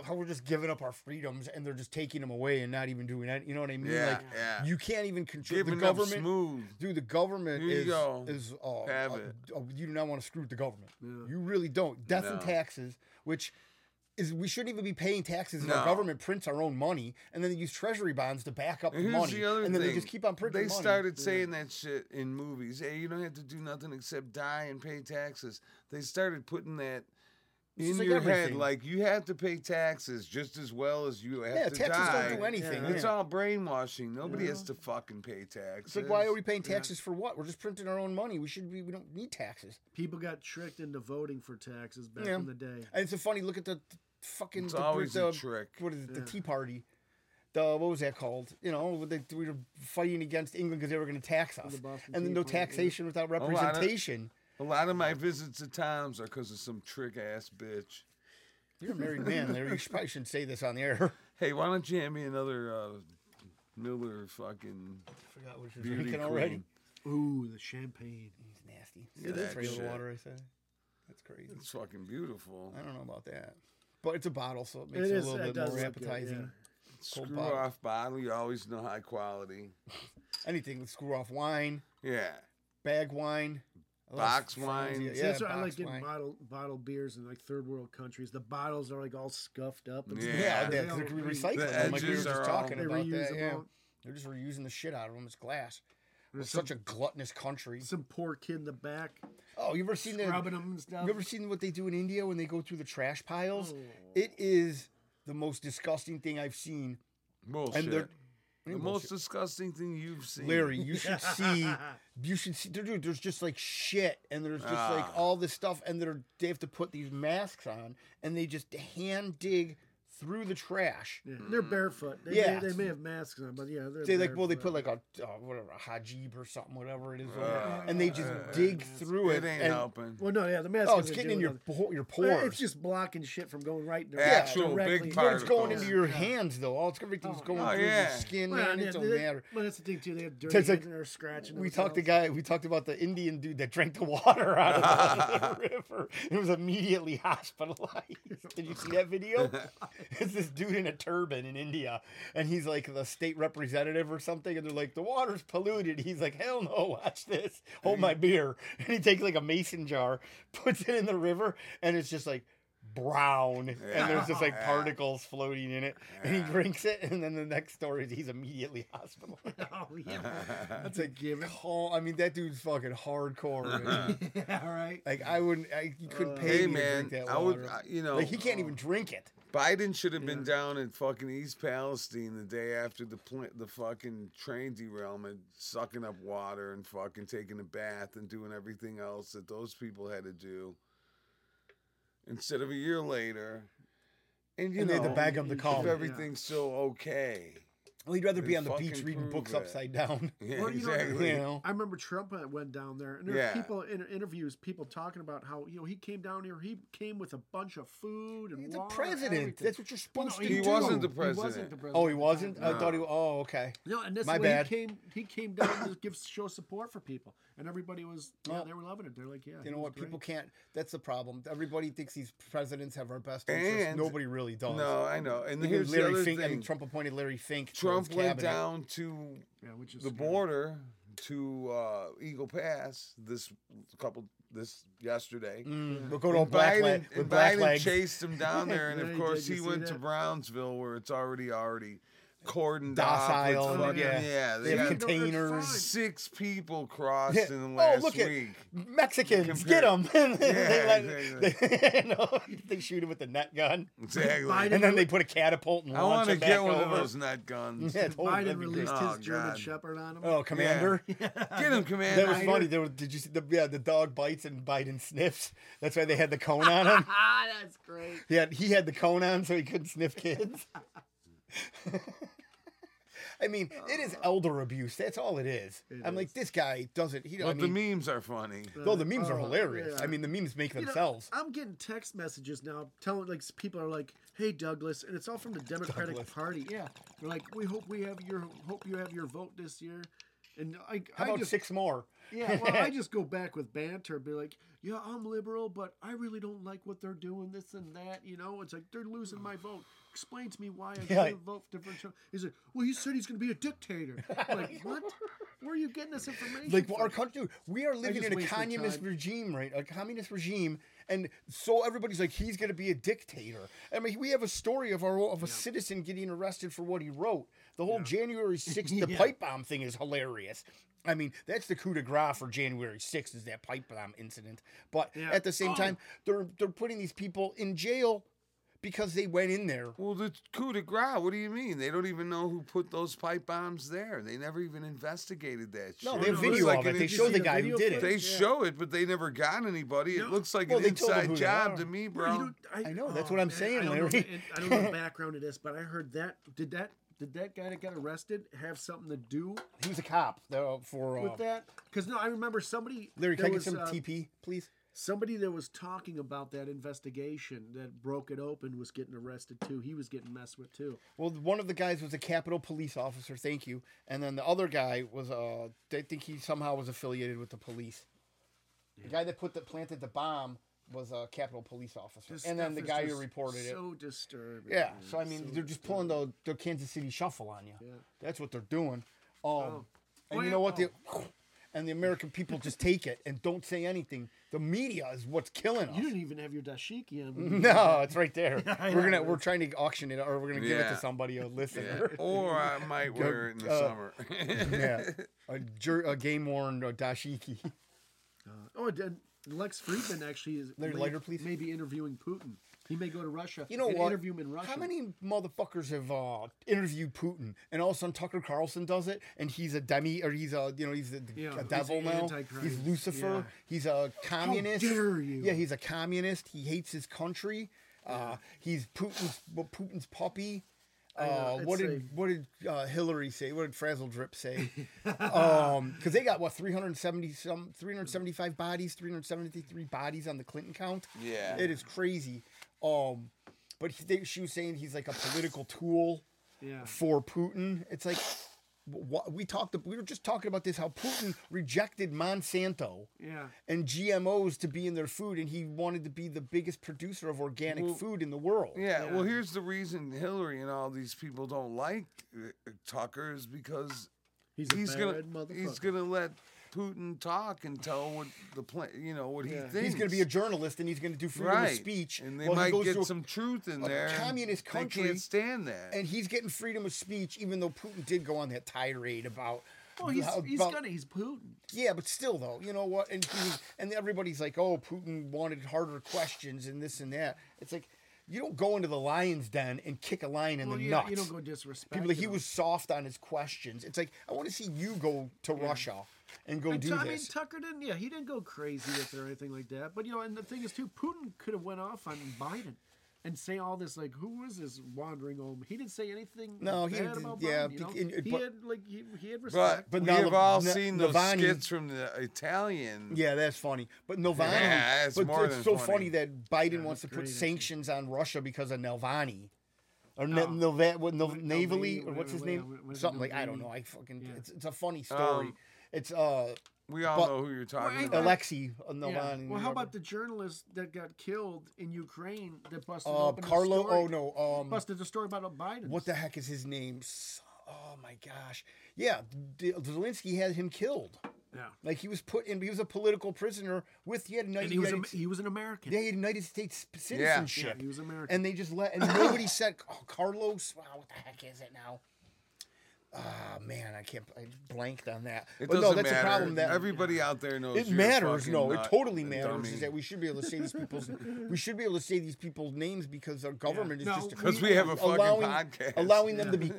how we're just giving up our freedoms and they're just taking them away and not even doing that. You know what I mean?
Yeah,
like
yeah.
you can't even control
Giving
the
up
government.
smooth.
Dude, the government
Here you
is
go.
is uh,
Have
uh,
it.
uh, you do not want to screw with the government.
Yeah.
You really don't. Death and
No.
taxes, which is we shouldn't even be paying taxes. if Our
No.
government prints our own money and then they use treasury bonds to back up
And
the
here's
money,
the other
and then
thing.
they just keep on printing
They
money.
started saying that shit in movies. Hey, you don't have to do nothing except die and pay taxes. They started putting that
It's
in
like
your head,
everything.
like you have to pay taxes just as well as you have
yeah,
to
taxes
die.
don't do anything.
Yeah.
It's
yeah.
all brainwashing. Nobody has to fucking pay taxes.
It's like why are we paying taxes for what? We're just printing our own money. We should be. We don't need taxes.
People got tricked into voting for taxes back
Yeah.
in the day.
And it's a funny look at the t- fucking.
It's
the,
always
the,
a trick.
What is it? The
Yeah.
Tea Party. The what was that called? You know, they, we were fighting against England because they were going to tax us, and
Boston
then
Tea
no
Party, yeah.
taxation without
lot of-
representation.
A lot of my visits to Tom's are because of some trick ass bitch.
You're a married
(laughs)
man, Larry. You sh- probably shouldn't say this on the air.
Hey, why don't you hand me another uh, Miller fucking
Forgot what you're
beauty
drinking
queen?
already.
Ooh, the champagne.
It's nasty.
Yeah,
See, that's
that
regular
shit.
water. I said. That's crazy.
It's fucking beautiful.
I don't know about that, but it's a bottle, so it
It
makes
is.
it, a little
it
bit
does
more
look good, yeah.
appetizing. cold
Screw
bottle.
off bottle. You always know high quality.
Anything with screw off wine,
Yeah.
bag wine, I love
Box
Franzia.
wine. See,
Yeah,
See, that's why I
box
like getting
wine.
bottle bottled beers in like third world countries. The bottles are like all scuffed up. And
Yeah.
Yeah,
they
they,
don't
they could be
re-
recycled.
The
like we were
edges
just
are all-
talking
They
about
reuse
that.
them
Yeah.
all.
They're just reusing the shit out of them. It's glass. We're
There's
such a
some-
gluttonous country.
Some poor kid in the back
Oh, you ever seen the,
rubbing
You
them and stuff.
ever seen what they do in India when they go through the trash piles?
Oh.
It is the most disgusting thing I've seen.
Bullshit.
they're-
the most disgusting thing you've seen.
Larry, you should see. You should see. Dude, there's just like shit, and there's just
Ah.
like all this stuff, and they're they have to put these masks on, and they just hand dig through the trash.
Yeah, They're barefoot.
Mm.
They,
Yeah.
May, they may have masks on, but yeah, they're
they like well they put
barefoot.
like a uh, whatever a hajib or something whatever it is over
Uh,
there, and they just dig through
It
it,
ain't
and
helping. (laughs)
Well, no, yeah, the mask.
oh
is
it's
to
getting
do
in
with
your
other-
po- your
Well,
pores
It's just blocking shit from going right directly.
Actual big
directly.
But it's going
particles.
into your hands though all it's everything's going
Oh,
through
yeah.
your skin
Well,
man
yeah,
it don't
they-
matter
Well, that's the thing too. They have dirty
It's
hands
like-
and they're scratching.
we talked the
themselves.
guy we talked about the Indian dude that drank the water (laughs) out of
(laughs)
the river and was immediately (laughs) hospitalized. Did you see that
(laughs)
video? It's this dude in a turban in India and he's like the state representative or something and they're like the water's polluted. He's like hell no, (laughs) watch this. (laughs) Hold my beer. And he takes like a mason jar, puts it in the river and it's just like brown and there's just like
Yeah.
particles floating in it. And he
Yeah.
drinks it, and then the next story is he's immediately (laughs) hospitalized.
(laughs) Oh yeah, that's a given.
Call, Oh, I mean, that dude's fucking hardcore.
(laughs)
man.
(laughs) yeah, right.
like I wouldn't, I, you couldn't
Uh,
pay
Hey
me
man,
to drink that
I would,
water.
I- oh, you know,
like he can't even drink it.
Biden should have been down in fucking East Palestine the day after the pl- the fucking train derailment, sucking up water and fucking taking a bath and doing everything else that those people had to do. Instead of a year later, and you
And they
know,
had to bag him to call
if
him.
everything's still okay. (laughs)
Well, he'd rather
They
be on the beach
fucking
reading
prove
books
it.
upside down. (laughs)
Yeah,
Well, you know,
exactly.
You know,
I remember Trump uh, went down there, and there
Yeah.
were people in interviews, people talking about how you know he came down here. He came with a bunch of food and
he's the
water,
president.
everything.
That's what you're
Well,
supposed
no,
to
he
do.
wasn't the
He
president.
wasn't the president.
Oh, he wasn't.
No.
I thought he. Oh, okay.
No, and this
My
way
bad.
he came. He came down to give show support for people, and everybody was yeah,
Well,
they were loving it. They're like, yeah,
You
he
know
was
what?
great.
People can't. That's the problem. Everybody thinks these presidents have our best interests.
And-
Nobody really does.
No, I know. And
And
here's the
Larry
other
Fink. I mean,
thing:
Trump appointed Larry Fink. to his
Trump went
cabinet.
down to
yeah, which is
the
scary.
border to uh, Eagle Pass this couple this yesterday.
Mm, We'll go to
And
a black leg.
Biden,
With
and
black
Biden
legs. (laughs)
chased him down there, and
Yeah,
of
he
course
did. You
he
see
went to
that?
Brownsville, where it's already already cordoned off with
Docile,
fucking-
yeah.
yeah,
They
they
have
got
No, it's
containers.
(laughs)
fine.
six people crossed
Yeah.
in the
Oh,
last
look at-
week.
Mexicans,
Compare-
get them! (laughs) they,
Yeah,
let,
exactly.
(laughs) they, you know, they shoot him with the net gun,
Exactly.
Biden-
and then they put a catapult and
I
launch
want to
him back
get one
over.
of those nut guns.
Yeah, totally.
Biden
That'd be great.
released
Oh,
his German
God.
Shepherd on him.
Oh, Commander!
(laughs)
(laughs)
Get him, Commander.
That was funny. There were, did you see the yeah the dog bites and Biden sniffs? That's why they had the cone on him. (laughs)
ah, that's great.
He had he had the cone on so he couldn't sniff kids. (laughs) I mean, it
Uh-huh.
is elder abuse. That's all it is.
It
I'm like,
is.
this guy doesn't. He
But
I mean,
the memes are funny.
though the memes are
Oh,
hilarious.
yeah.
I mean, the memes make
You know,
themselves.
I'm getting text messages now telling like people are like, "Hey Douglas," and it's all from the Democratic
Douglas.
Party. Yeah, they're like, "We hope we have your hope you have your vote this year." And I,
How
I
about
just
six more?
(laughs) yeah,
(laughs)
well, I just go back with banter, be like, "Yeah, I'm liberal, but I really don't like what they're doing, this and that." You know, it's like they're losing my vote. Explain to me why I
Yeah.
yeah. vote for different. Trump. He's like, "Well, he said he's going to be a
(laughs)
dictator." I'm like, what? Where are you getting this information?
Like well, our
from?
country, we are living
just
in a
waste their
communist
time.
regime, right? A communist regime, and so everybody's like, he's going to be a dictator. I mean, we have a story of our of a citizen getting arrested for what he wrote. The whole
(laughs)
January sixth, the
Yeah.
pipe bomb thing is hilarious. I mean, that's the coup de grace for January sixth is that pipe bomb incident. But
Yeah.
at the same
Oh.
time, they're they're putting these people in jail because they went in there.
Well, the coup de grace. What do you mean? They don't even know who put those pipe bombs there. They never even investigated that.
No,
shit.
they have
looks
video
like
of
an
it. They
inter-
show the
interesting
guy who
video
did
They
it.
footage. Yeah.
show it, but they never got anybody. It
No.
looks like
Well,
an
they told them who
inside
they
job
are.
to me,
Well, you
bro.
don't- oh,
I know, that's what I'm saying,
I don't know
Larry.
the- I
(laughs)
don't know the background of this, but I heard that. Did that? Did that guy that got arrested have something to do
He was a cop though, for uh,
with that? Because no, I remember somebody.
Larry.
there
Can I get
was,
some
uh,
TP, please?
Somebody that was talking about that investigation that broke it open was getting arrested too. He was getting messed with too.
Well, th- one of the guys was a Capitol Police officer. Thank you. And then the other guy was, uh, they think he somehow was affiliated with the police. The guy that put the planted the bomb was a Capitol Police officer.
This
and then
stuff
the
is
guy who
just
reported it.
So disturbing.
Yeah.
man.
So I mean, they're just pulling the, the Kansas City shuffle on you.
Yeah.
That's what they're doing. Um, and
Well,
you
yeah,
know what? The, (laughs) and the American people just take it and don't say anything. The media is what's killing us.
You didn't even have your dashiki
(laughs)
on. when you-
No, it's right there.
(laughs) I
we're
know,
gonna we're
it's-
trying to auction it, or we're gonna give it
Yeah.
to somebody, a (laughs) listener.
Or I might wear it in the
uh,
summer. (laughs)
(laughs)
yeah, a, jer- a game worn uh, dashiki.
Oh, and then Lex Friedman actually is.
Larry,
may,
lighter, please.
May be interviewing Putin. He may go to Russia.
You know
and
what?
Interview him in Russia.
How many motherfuckers have uh, interviewed Putin, and all of a sudden Tucker Carlson does it, and he's a demi, or he's a you know he's a,
Yeah,
a
he's
devil now.
antichrist.
He's Lucifer.
Yeah.
He's a communist.
dare you.
Yeah, he's a communist. He hates his country. Uh, he's Putin's Putin's puppy. Uh,
know,
what
it's
did
a-
what did uh, Hillary say? What did Frazzle Drip say? um, because they got what 370 some 375 bodies, 373 bodies on the Clinton count.
Yeah.
it is crazy. Um, but he, they, she was saying he's like a political tool
Yeah.
for Putin. It's like wh- we talked. We were just talking about this. How Putin rejected Monsanto
Yeah.
and GMOs to be in their food, and he wanted to be the biggest producer of organic food in the world.
Yeah, well,
Yeah.
here's the reason Hillary and all these people don't like uh, Tucker is because
He's,
he's
a
gonna
bad motherfucker.
he's gonna let Putin talk and tell what the plan, you know, what he
Yeah. He's
thinks.
He's going to be a journalist and he's going to do freedom
right.
of speech.
and they
while he
might
goes
get
to a-
some truth in
a
there. and
communist country
They can't stand that.
and he's getting freedom of speech, even though Putin did go on that tirade about.
Oh, he's,
how-
he's
about-
gonna. He's Putin.
Yeah, but still, though, you know what? And he, and everybody's like, "Oh, Putin wanted harder questions and this and that." It's like you don't go into the lion's den and kick a lion in
Well,
the
you,
nuts.
you don't go disrespect.
People, like, he
him.
was soft on his questions. It's like I want to see you go to Russia and go
And
do
Tu- I mean,
this.
Tucker didn't. Yeah, he didn't go crazy with it or anything like that. But you know, and the thing is, too, Putin could have went off on Biden and say all this like, "Who was this wandering old?" He didn't say anything.
No, he
bad
didn't-
about
yeah,
Biden, you know?
bec- and-
he
but-
had like he, he had
but
respect.
But
but
now
we've
the-
all
Na-
seen those
Navalny-
skits from the Italian.
yeah, that's funny. But Navalny,
Yeah, it's
but
more
it's
than
so funny.
funny.
that Biden wants
that's
to put
great, actually.
sanctions on Russia because of Navalny. Or no.
Oh.
what, Nav-
Navalny,
Navely, or
whatever,
what's his
what-
name?
what- what is it,
Something like I don't
Navalny?
know. I fucking
Yeah.
it's, it's a funny story.
Um,
it's uh
We all
But-
know who you're talking
Well, I-
about.
Alexei uh, Navalny.
yeah. Well, how
whatever.
about the journalist that got killed in Ukraine that busted
uh,
open
Carlo?
The story,
Oh no, um,
busted the story about Biden.
what the heck is his name? S- Oh my gosh, yeah, D- Zelensky had him killed.
Yeah,
Like he was put in, he was a political prisoner with he had United,
and he was a,
United,
he was an American.
they had United States p-
Yeah.
citizenship,
yeah, he was American.
and they just let and nobody said (laughs) oh, Carlos. Wow, what the heck is it now? Ah man, I can't. I blanked on that.
It
but
doesn't
no, that's
matter.
a problem that
Everybody out there knows.
it
you're a
matters.
fucking
No, it
nut
totally
and
matters.
dummy.
Is that we should be able to say these people's we should be able to say these people's names because our government
No,
is just
'Cause
we have a fucking
allowing,
podcast.
allowing them to be.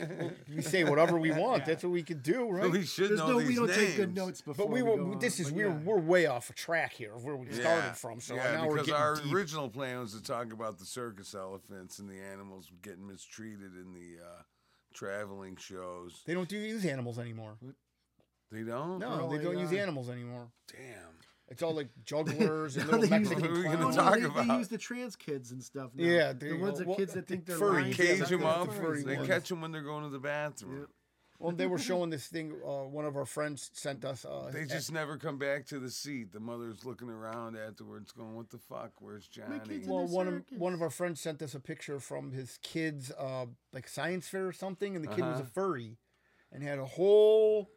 We say whatever we want. That's what we could do, right?
(laughs) we should
There's
know
no,
these
we don't
names.
take good notes before.
But we
we
were.
go on,
this is
but
we're
yeah.
(laughs)
we're way off track here. Where we started from. So
yeah,
now we're
because
getting
our
deep.
original plan was to talk about the circus elephants and the animals getting mistreated in the uh, traveling shows.
They don't do use animals anymore.
They don't.
No,
Really? uh,
they don't use
Yeah.
animals anymore.
Damn.
It's all
(laughs)
like jugglers and
No,
little
they use-
Mexican
What are we gonna
clowns.
talk
(laughs) they, They
about?
use the trans kids and stuff. Now.
Yeah,
the
they-
ones that
well,
kids that think they're
furry
lions,
kids,
Cage
that's
exactly,
them
what
up.
the furry
They
ones.
catch them when they're going to the bathroom.
Well, they were showing this thing. Uh, one of our friends sent us. Uh,
They just never come back to the seat. The mother's looking around afterwards, going, "What the fuck? Where's Johnny?"
kids in
well,
the
one of
circus.
one of our friends sent us a picture from his kids, uh, like science fair or something, and the kid was a
Uh-huh.
furry, and had a whole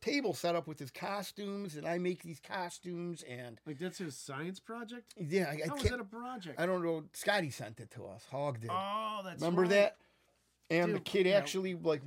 table set up with his costumes, and I make these costumes, and
Like that's his science project.
yeah, I, I
How was that
can't.
a project?
I don't know. Scotty sent it to us. Hog did.
oh, that's
Remember
right.
that? And the
Dude,
kid
yeah.
actually like,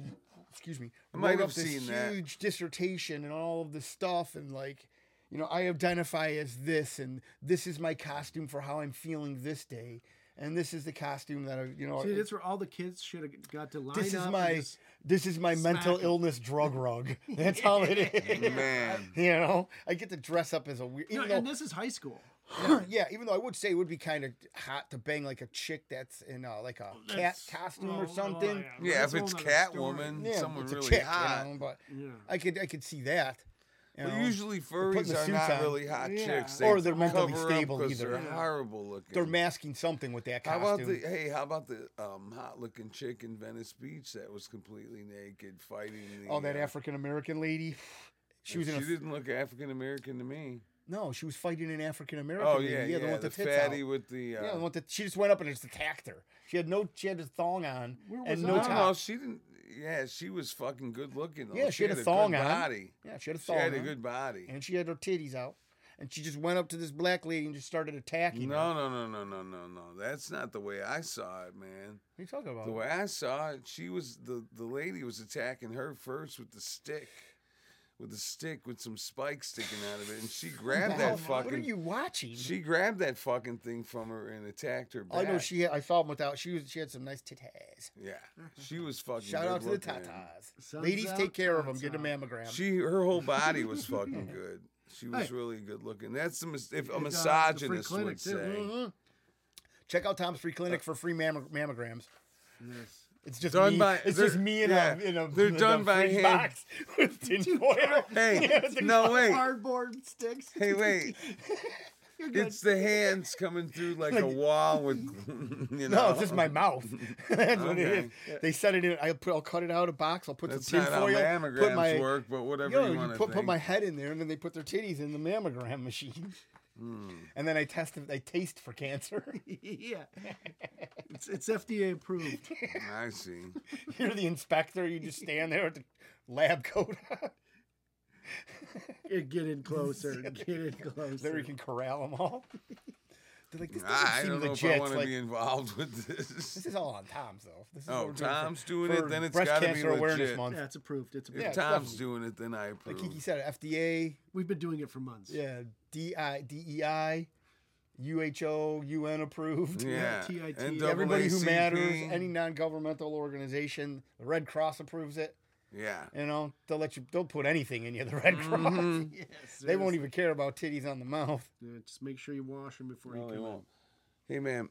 excuse me,
I might
wrote
have
up this
seen that.
huge dissertation and all of this stuff and like, you know, I identify as this and this is my costume for how I'm feeling this day and this is the costume that I, you know,
See,
it-
that's where all the kids should have got to line
this is
up. and
my
just-
this is my mental
smack 'em.
illness drug
(laughs)
rug. That's how it is.
Man,
You know, I get to dress up as a weird.
No,
Even
and
though,
this is high school.
(clears throat) yeah, even though I would say it would be kind of hot to bang like a chick that's in uh, like a cat
Oh, That's- Oh,
costume
well,
or
well,
something.
yeah,
that's
if
a
it's
whole nother story.
Catwoman,
Yeah,
someone
it's a
really
chick,
hot.
You know, but
Yeah. uh,
I could I could see that. you
But
know.
usually
putting the
furries are
suits
not
on.
really hot
Yeah.
chicks.
Or they're mentally
cover up
stable
'cause
either.
They're
Yeah.
horrible looking.
they're masking something with that
How
costume.
about the hey? How about the um, hot looking chick in Venice Beach that was completely naked fighting? The,
oh, that
uh,
African American lady. She was in a,
She didn't look African American to me.
no, she was fighting an African American.
Oh
lady.
yeah,
yeah,
yeah,
the one with
the,
the, tits
fatty
out.
with the. Uh,
yeah, the one that she just went up and just attacked her. She had no, she had a thong on
Where
and
was
no
no,
I?
no,
top.
she didn't. Yeah, she was fucking good looking. Though.
Yeah, she, had, a
good
thong on.
Body.
Yeah, she had a
She
thong.
had a
on,
good body.
and she had her titties out, and she just went up to this black lady and just started attacking. her.
No, no, no, no, no, no, no. That's not the way I saw it, man.
what are you talking about?
The way I saw it, she was the the lady was attacking her first with the stick, with the stick with some spikes sticking out of it,
(laughs)
and she grabbed
Wow,
that fucking.
What are you watching?
She grabbed that fucking thing from her and attacked her back.
I know she. Had, I saw them without. She was. She had some nice titties.
Yeah, she was fucking.
Shout out to the
good looking.
tatas.
Suns
Ladies,
out,
take care of them.
suns
Get a
out.
mammogram.
She her whole body
(laughs)
was fucking good. She was
Hey.
really good looking. That's the mis- if a
uh, the free
misogynist
clinic,
would
too.
say.
Mhm. Check out Tom's Free Clinic for free mammo- mammograms.
Yes.
It's just
Uh, Done
me.
by-
it's
they're-
just me in
yeah,
a in a.
they're
in a
done by
fridge
hand.
box (laughs) with tinfoil. (laughs)
Hey,
Yeah, the-
no wait. (laughs)
Cardboard sticks.
(laughs)
Hey wait,
You're good.
it's the hands coming through like a
(laughs)
wall with, (laughs) you know.
No, it's just my mouth. (laughs) That's what it
Okay.
is. They set it in. I put. I'll cut it out a box. I'll put
That's
some
not how
tinfoil. Put
mammograms
my.
work, but
you
whatever
know,
you
you
want to
put,
think.
put my (laughs) head in there, and then they put their titties in the mammogram machine,
Hmm.
and then I test. if I taste for cancer. (laughs)
yeah. It's, it's FDA approved.
(laughs) I see.
You're the inspector. You just stand there with the lab coat on.
Get, (laughs) get in closer. Get in closer.
Larry can corral them all. (laughs) They're like, this doesn't
I, I
seem
don't know if
legit.
I
It's
want to
like,
be involved with this.
(laughs) this is all on Tom's though. This is what
Oh,
we're doing for-
Tom's doing
for
it, then it's
breast
got to be
cancer awareness
legit.
month.
yeah, it's approved. It's
If
approved.
Yeah, it's
Tom's
definitely-
doing it, then I
Like
approve.
Kiki said, FDA,
We've been doing it for months.
yeah, DI, DEI, UHO, UN approved.
yeah,
TIT.
(laughs)
NAACP.
Everybody who matters, any non-governmental organization, the Red Cross approves it.
yeah.
You know, they'll let you. They'll put anything in you. The Red Cross.
Mhm.
Yes,
(laughs) They won't e-
seriously.
even care about titties on the mouth.
Yeah, just make sure you wash them before
No,
you
they
come
won't. Hey, man,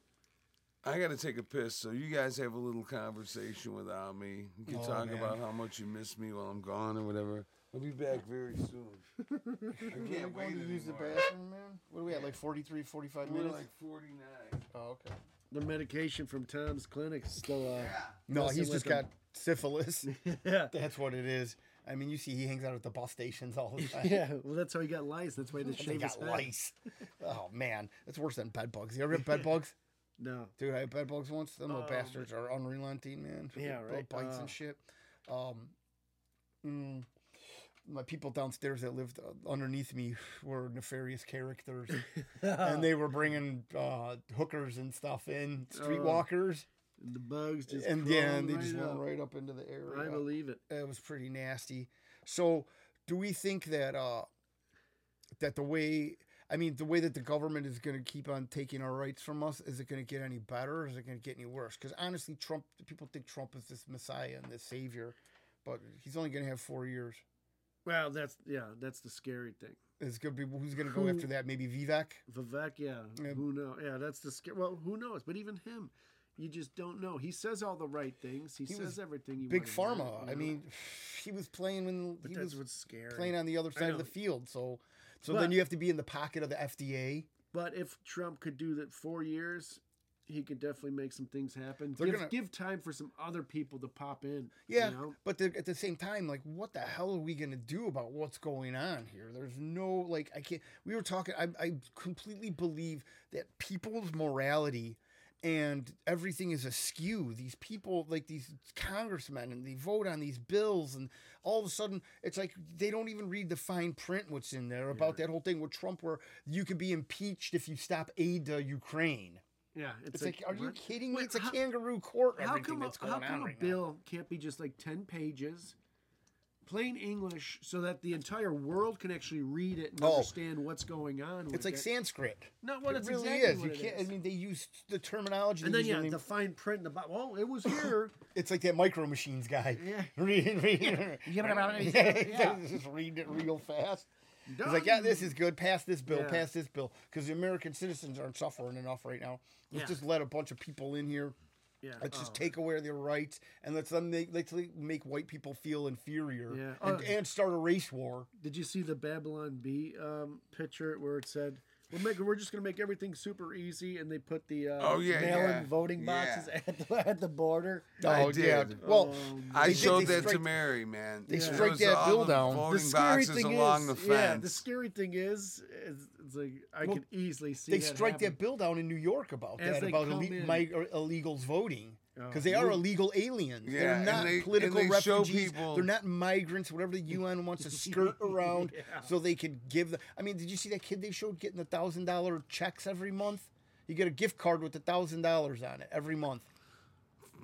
I got to take a piss, so you guys have a little conversation without me. You can
Oh,
talk
man.
about how much you miss me while I'm gone or whatever. I'll be back very
(laughs)
soon. I
Are
can't
we going
wait
to use the
anymore.
bathroom, man? What are we at, like 43, 45
We're
minutes?
like 49.
oh, okay.
out. The medication from Tom's clinic is still. Uh,
No,
messing
he's
with
just got
him.
syphilis.
(laughs) yeah.
(laughs) That's what it is. I mean, you see, he hangs out at the bus stations all
(laughs)
the time.
Yeah, well, that's how he got lice. That's why he had to
They
shave his
got
head. (laughs)
lice. Oh man, it's worse than bed bugs. You ever have bed
(laughs)
bugs?
No,
Dude, I had bed bugs once. Them little
Oh,
bastards are unrelenting, man.
Yeah,
Little
right.
Bites
Uh.
and shit. Um, mm, my people downstairs that lived uh, underneath me were nefarious
(laughs)
characters, (laughs)
Oh.
and they were bringing uh, hookers and stuff in, streetwalkers,
the bugs Oh. just
and yeah,
crawled
and they
right
just went
up.
right up into the area.
I believe it.
it was pretty nasty. So, do we think that uh that the way I mean the way that the government is going to keep on taking our rights from us is it going to get any better or is it going to get any worse? Cuz honestly Trump people think Trump is this messiah and this savior, but he's only going to have 4 years.
Well, that's yeah, that's the scary thing.
It's going to be who's going to go
Who-
after that? Maybe Vivek?
Vivek, yeah,
Yeah.
who knows? Yeah, that's the scary. Well, who knows? But even him, you just don't know. He says all the right things. He,
He was
says everything. You
Big
wanna hear,
pharma.
you
I
know?
mean, (sighs) he was playing when
but
he
that's
was
what's scary.
playing on the other side of
know.
the field. So so
But-
then you have to be in the pocket of the FDA.
But if Trump could do that four years, he could definitely make some things happen.
They're
Give,
gonna-
give time for some other people to pop in.
Yeah,
You know?
but the, at the same time, like, what the hell are we gonna do about what's going on here? There's no like, I can't. We were talking. I, I completely believe that people's morality and everything is askew. These people, like these congressmen, and they vote on these bills, and all of a sudden, it's like they don't even read the fine print what's in there about that whole thing with Trump, where you could be impeached if you stop aid to Ukraine.
Yeah,
It's,
it's,
like, are you
what?
kidding me?
Wait,
it's a
how-
kangaroo court.
How
Everything
come a,
that's going
how
on
come a
right now.
bill can't be just like ten pages, plain English, so that the entire world can actually read it and
Oh.
understand what's going on?
It's
with
like
it?
Sanskrit.
No, well,
it
it's
really
exactly
is.
what
you
it
can't.
is.
I mean, they use the terminology.
and
they
then
use
yeah,
in the-
the fine print in the bottom. Well, it (coughs) was here.
it's like that micro machines guy. (laughs)
Yeah.
Reading, reading. (laughs)
Yeah.
Just reading it real fast. He's
Done.
like, yeah, this is good. Pass this bill.
Yeah.
Pass this bill. Because the American citizens aren't suffering enough right now. Let's
Yeah.
just let a bunch of people in here.
Yeah.
Let's just
oh.
take away their rights and let's them make, let's make white people feel inferior
Yeah.
and,
Oh.
and start a race war.
Did you see the Babylon B um, picture where it said, "We're making, we're just gonna make everything super easy," and they put the uh,
Oh, yeah,
mail-in
yeah.
voting boxes (laughs)
Yeah.
at, the, at the border.
I
oh, yeah.
did.
Well,
Um,
I
They did-
showed
they
that to
strike-
Mary, man.
they
It
strike
was
that
all
bill
the
down. The
Voting
scary
boxes
thing
along
is,
the fence.
yeah, the scary thing is, is it's like I
Well,
can easily see
they
that
strike
happen.
that bill down in New York about
As
that
they
about
come
elite,
in.
mi- or illegals voting
Oh,
because they are
you-
illegal aliens.
Yeah,
They're
and
not
they- and
political
they show
refugees.
people-
They're not migrants. Whatever the UN
(laughs)
wants to skirt around
Yeah.
so they can give the. I mean, did you see that kid they showed getting the thousand dollar checks every month? You get a gift card with a thousand dollars on it every month.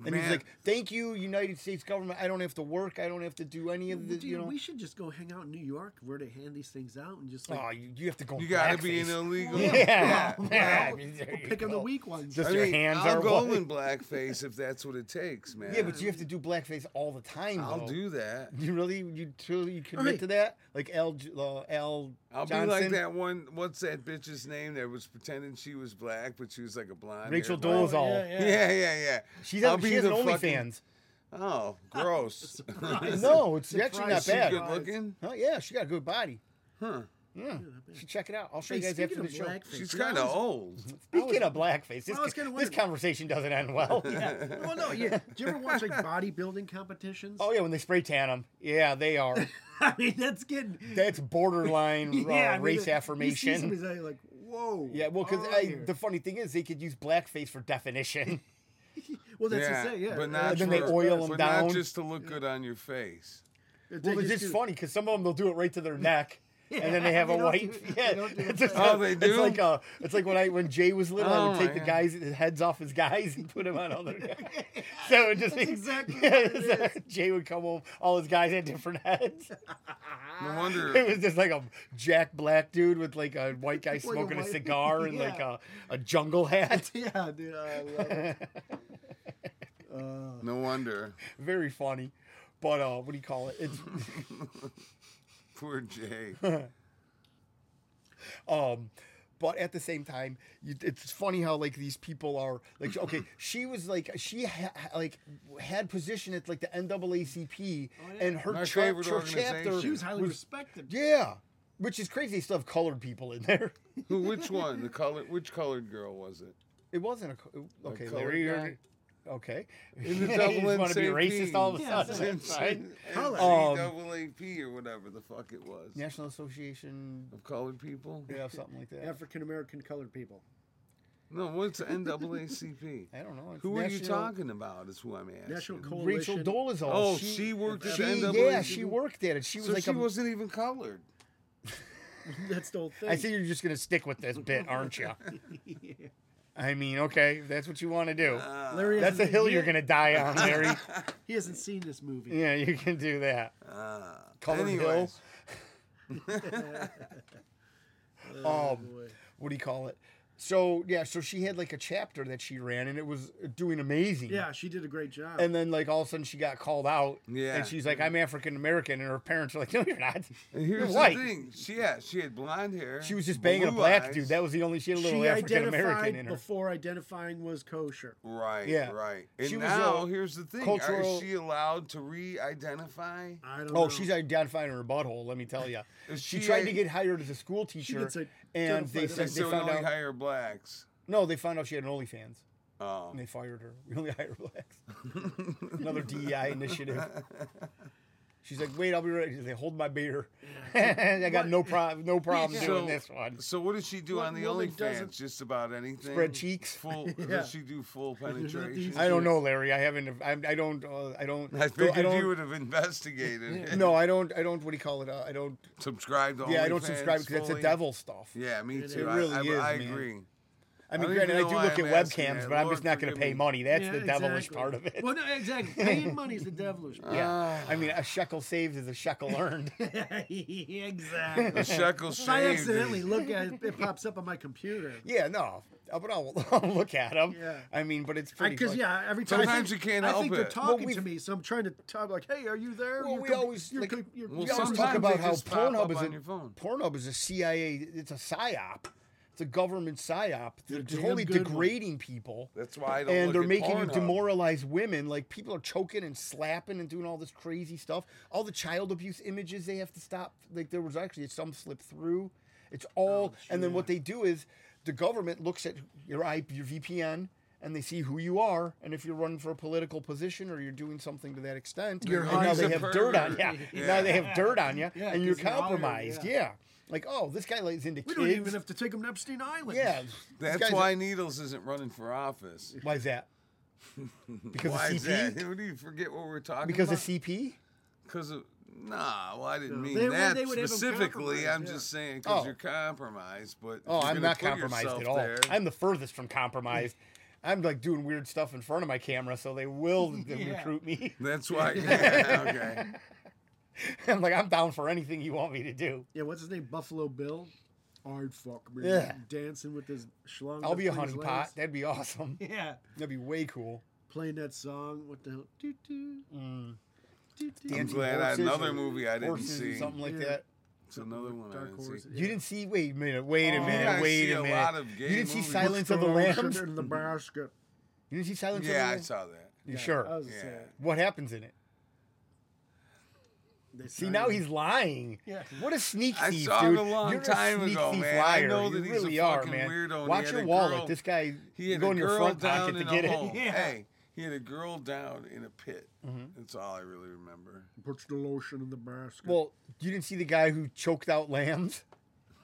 And he's
Man.
like, "Thank you, United States government. I don't have to work. I don't have to do any of the,
Dude,
you know."
we should just go hang out in New York where they hand these things out and just like
oh, you, you have to go.
You
in
got to be an
blackface.
illegal.
Yeah, (laughs)
(laughs)
yeah. I mean, there
we'll
you
pick on the
go.
weak ones. Oh,
Just-
I
Your
mean,
hands
I'll
are
go
white.
in blackface if that's what it takes, man.
Yeah, but you have to do blackface all the time.
I'll
though.
do that.
(laughs) You really, you truly you commit
Alright.
to that? Like Al, J- uh, Al
I'll
Johnson,
be like that one. What's that bitch's name that was pretending she was black, but she was like a blonde?
Rachel
haired-
Dolezal.
Yeah, yeah, yeah.
She's
I'll
on,
be
she has
the
an
fucking-
OnlyFans. (laughs)
Oh, gross.
Surprise.
No, it's actually not
Surprise.
Is she
bad.
good looking?
Oh yeah, she got a good body.
Huh.
Yeah, you should check it out. I'll show
Hey,
you guys
speaking
after
of
the show.
blackface,
She's
you know, I
kind of
was-
old.
Speaking of blackface, (laughs) this,
I was
con-
gonna
this
wonder-
conversation doesn't end well.
Well, no, yeah. Do you ever watch like bodybuilding competitions?
(laughs) Oh yeah, when they spray tan them, yeah, they are.
(laughs) I mean, that's getting
That's borderline uh,
(laughs) yeah, I mean,
race
you see
affirmation.
somebody's eye, like, whoa.
yeah, well, because
oh, here.
the funny thing is, they could use blackface for definition.
well, that's
yeah,
the thing. Yeah, Uh,
but not
then they
for-
oil 'em
but
down.
not just to look good on your face.
They
well,
just
it's just
do- (laughs)
funny because some of them they'll do it right to their neck. and then they have
They
a (laughs)
don't
white.
do- they
yeah,
don't do
it's
that.
just
Oh,
a-
they
It's
do?
like a, it's like when I when Jay was little, I
Oh,
would take the
yeah.
guys the heads off his guys and put them on other
(laughs)
guys. (laughs) So it just
That's (laughs) exactly
(laughs) yeah,
what it
so Jay would come home, all his guys had different
(laughs)
heads.
Ah.
No
It (laughs)
wonder.
was just like a Jack Black dude with like a white
(laughs)
guy smoking a
white-
cigar and like
(laughs) yeah.
a, a jungle hat.
(laughs)
(laughs)
yeah, dude, I love it. Uh,
No wonder.
Very funny. But uh, what do you call it? It's
Poor Jay.
Um, but at the same time, you, it's funny how like these people are like
(clears throat)
okay, she was like she ha- like had position at like the NAACP
yeah.
and her,
Oh, My
cha-
favorite
her chapter.
organization.
she was highly
was-
respected.
yeah, which is crazy. They still have colored people in there. (laughs)
Who? Which one? The color? Which colored girl was it?
It wasn't a co- okay,
colored
Larry. you're-
guy?
Okay,
In the
(laughs) (laughs) You
double
just wanna be
NCAP.
racist all of a
Yeah,
sudden, (laughs) right?
(laughs)
Um,
NCAAP or whatever the fuck it was
National Association
of colored people.
yeah, something like that.
African American colored people.
No,
(laughs)
what's NAACP?
I don't know. It's
Who are you
National-
talking about? Is who I'm asking.
National
Rachel
Coalition.
Dolezal.
Oh, she worked at
she-
NAACP?
Yeah, she worked at it. She was
so
like
she
a
wasn't even colored.
(laughs) That's the whole thing.
I see you're just gonna stick with this bit, aren't you? I mean, okay, if that's what you want to do.
Larry
that's a
hasn't-
hill
he-
you're gonna die on, Larry. (laughs)
He hasn't seen this movie.
yeah, you can do that.
Uh,
Colored
anyways,
Oh,
Um,
boy.
what do you call it? So yeah, so she had like a chapter that she ran, and it was doing amazing.
Yeah, she did a great job.
And then like all of a sudden she got called out.
Yeah.
And she's like, I'm African American, and her parents are like, No, you're not.
and here's the
white.
thing. She, yeah, she had blonde hair.
She was just banging a black dude. That was the only she had a little
she
African American
identified
in her.
before identifying was kosher.
right.
Yeah.
Right. And
She was
now
a
here's the thing.
cultural-
Are, is she allowed to re-identify?
I don't know.
Oh, she's identifying her butthole. Let me tell you,
(laughs) Is
she,
she
tried
a-
to get hired as a school teacher,
gets a-
and they
identified
said
as
they
They would
found
only
out.
hire blacks.
no, they found out she had an OnlyFans,
Oh.
and they fired her. (laughs) We only hire blacks.
(laughs)
Another DEI initiative. She's like, "Wait, I'll be ready." They hold my beer. (laughs) I got no problem. No problem
Yeah.
doing
So-
this one.
So what does she do
What
on the
woman doesn't-
OnlyFans? Just about anything.
Spread cheeks?
Full.
(laughs) Yeah.
Does she do
(laughs)
full
these-
penetration?
I don't know, Larry. I haven't. I, I don't. Uh, I don't.
I
I
figured
don't,
you would have investigated. it.
No, I don't. I don't. What do you call it? Uh, I don't.
Subscribe to
Yeah, I don't
OnlyFans
subscribe because that's a
fully?
devil stuff.
Yeah, me too.
really
I, I,
is,
I
man.
agree.
(laughs) I mean,
don't
granted, I
even
do
know why
look
I'm
at
asking
webcams,
that.
but I'm
Lord,
just not going to
forgive
pay
me.
money. That's
Yeah,
the devilish
exactly.
part of it.
Well, no, exactly. Paying money is the devilish.
(laughs)
Ah.
part.
Yeah. I mean, a shekel saved is a
(laughs)
shekel earned. (laughs)
A
exactly.
shekel
If I
shaved.
accidentally
is-
look at it, it pops up on my computer.
yeah, no. uh, But I'll, (laughs) I'll look at them.
Yeah.
I mean, but it's pretty.
Because
fun-
yeah, every time
Sometimes
I think,
you can't
I
help
think they're
it.
Well,
talking to
we've-
me, so I'm trying to talk like, "Hey, are you there?"
Well,
You're
we
com-
always,
you're
like-
co- you're-
Well,
We always talk
sometimes
about
they
how
just pop
Pornhub
up
is
on
a
your phone.
Pornhub is a CIA. It's a psyop. It's a government psyop. They're
damn
totally
good one.
degrading people.
That's why I don't.
and
look
they're
at
making you
Pornhub.
demoralize women. Like people are choking and slapping and doing all this crazy stuff. All the child abuse images they have to stop. Like there was actually some slip through. It's
Oh,
all, and then what they do is the government looks at your IP, your VPN. And they see who you are, and if you're running for a political position or you're doing something to that extent,
You're
and now
always
they
a
have dirt on you.
pervert.
Now
Yeah.
they have dirt on you,
Yeah,
and you're
'cause you're all-
compromised.
yeah.
Yeah. like oh, this guy is into
We
kids.
don't even have to take them to Epstein Island.
yeah, this
That's
guy's a-
why Needles isn't running for office.
Why is that? Because
Why
of CP.
is that? Who do you forget what we're talking
Because
about?
of
(laughs)
CP?
Because of nah, well, I didn't mean
They- well,
that
they would have 'em
specifically. I'm
compromised, yeah.
just saying because
Oh.
you're compromised. But if
Oh,
you're
I'm
gonna
not
put
compromised
yourself
at all.
there-
I'm the furthest from compromised. I'm like doing weird stuff in front of my camera, so they
(laughs)
will
Yeah.
recruit me. (laughs)
That's why. Yeah, okay.
I'm like, I'm down for anything you want me to do.
Yeah, what's his name? Buffalo Bill. Hard fuck me.
Yeah.
Dancing with his schlong.
I'll be a
between his
honeypot.
legs. (laughs)
That'd be awesome.
(laughs)
Yeah.
That'd be way cool.
Playing that song. What the hell? Doo doo.
Mm.
Doo doo.
I'm
Dancing
glad I,
horses
another
or
movie I didn't
Horses or
see.
something like
Yeah.
that.
It's another one I
Dark
didn't
Horse.
see.
You didn't see? Wait a minute. Wait a
Oh,
minute.
I
wait
see
a
a
minute.
lot of
you
gay
didn't see
movies.
Silence of the
Throw
(laughs)
sugar
Lambs?
in the basket.
You didn't see Silence of the
Yeah, I
Lambs?
saw that.
You sure?
I was
Yeah.
saying,
What happens in it?
they
See
signed
now
him.
he's lying.
Yeah.
What a sneak
I
thief,
saw him
dude!
a long
You're
time
a sneak
ago,
thief
man. I
liar.
know
you
that he's a
really are,
fucking
man.
weirdo and he
Watch
had
your
a
wallet.
girl-
This guy,
He
you
had
go
a
in your
girl
front
down
pocket to
in
get
a
it. (laughs)
(laughs)
hole.
Yeah.
Hey, he had a girl down in a pit.
Mm-hmm.
That's all I
(laughs)
really remember. (laughs)
puts the lotion in the basket.
Well, you didn't see the guy who choked out lambs?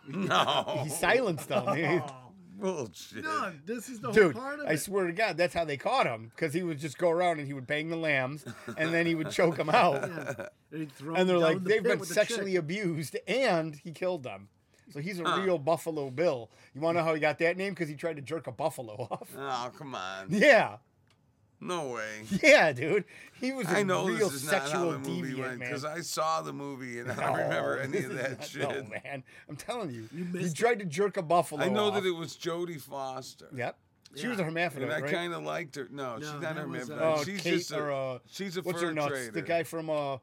No, (laughs)
He silenced them.
Oh,
bullshit.
No, this is the whole
Dude,
Oh, part of
I
it.
swear to God, that's how they caught him because he would just go around and he would bang the lambs and then he would choke them out.
(laughs)
(laughs)
Yeah. And, he'd throw
And they're
him down
like,
the
they've
pit
been
with the
sexually
chick.
abused and he killed them. So he's a real Buffalo Bill. You want to know how he got that name? Because he tried to jerk a buffalo off.
Oh, come on.
(laughs) Yeah.
No way.
(laughs) Yeah, dude. He was a
I know
real
this is not how
sexual
the movie
deviant,
went
man.
because I saw the
(laughs)
movie and I don't remember
No,
any of
this is
that
not-
shit.
No, man. I'm telling you. he
missed it.
tried to jerk a buffalo
I know
off.
that it was Jodie Foster.
Yep. She was a
Yeah.
hermaphrodite,
And I
right?
kind of liked her. No, she's
No,
not
that
her
was,
man.
uh,
Oh,
she's
Kate
just a,
or uh,
she's a
what's
fur
her nuts?
trader.
The guy from uh,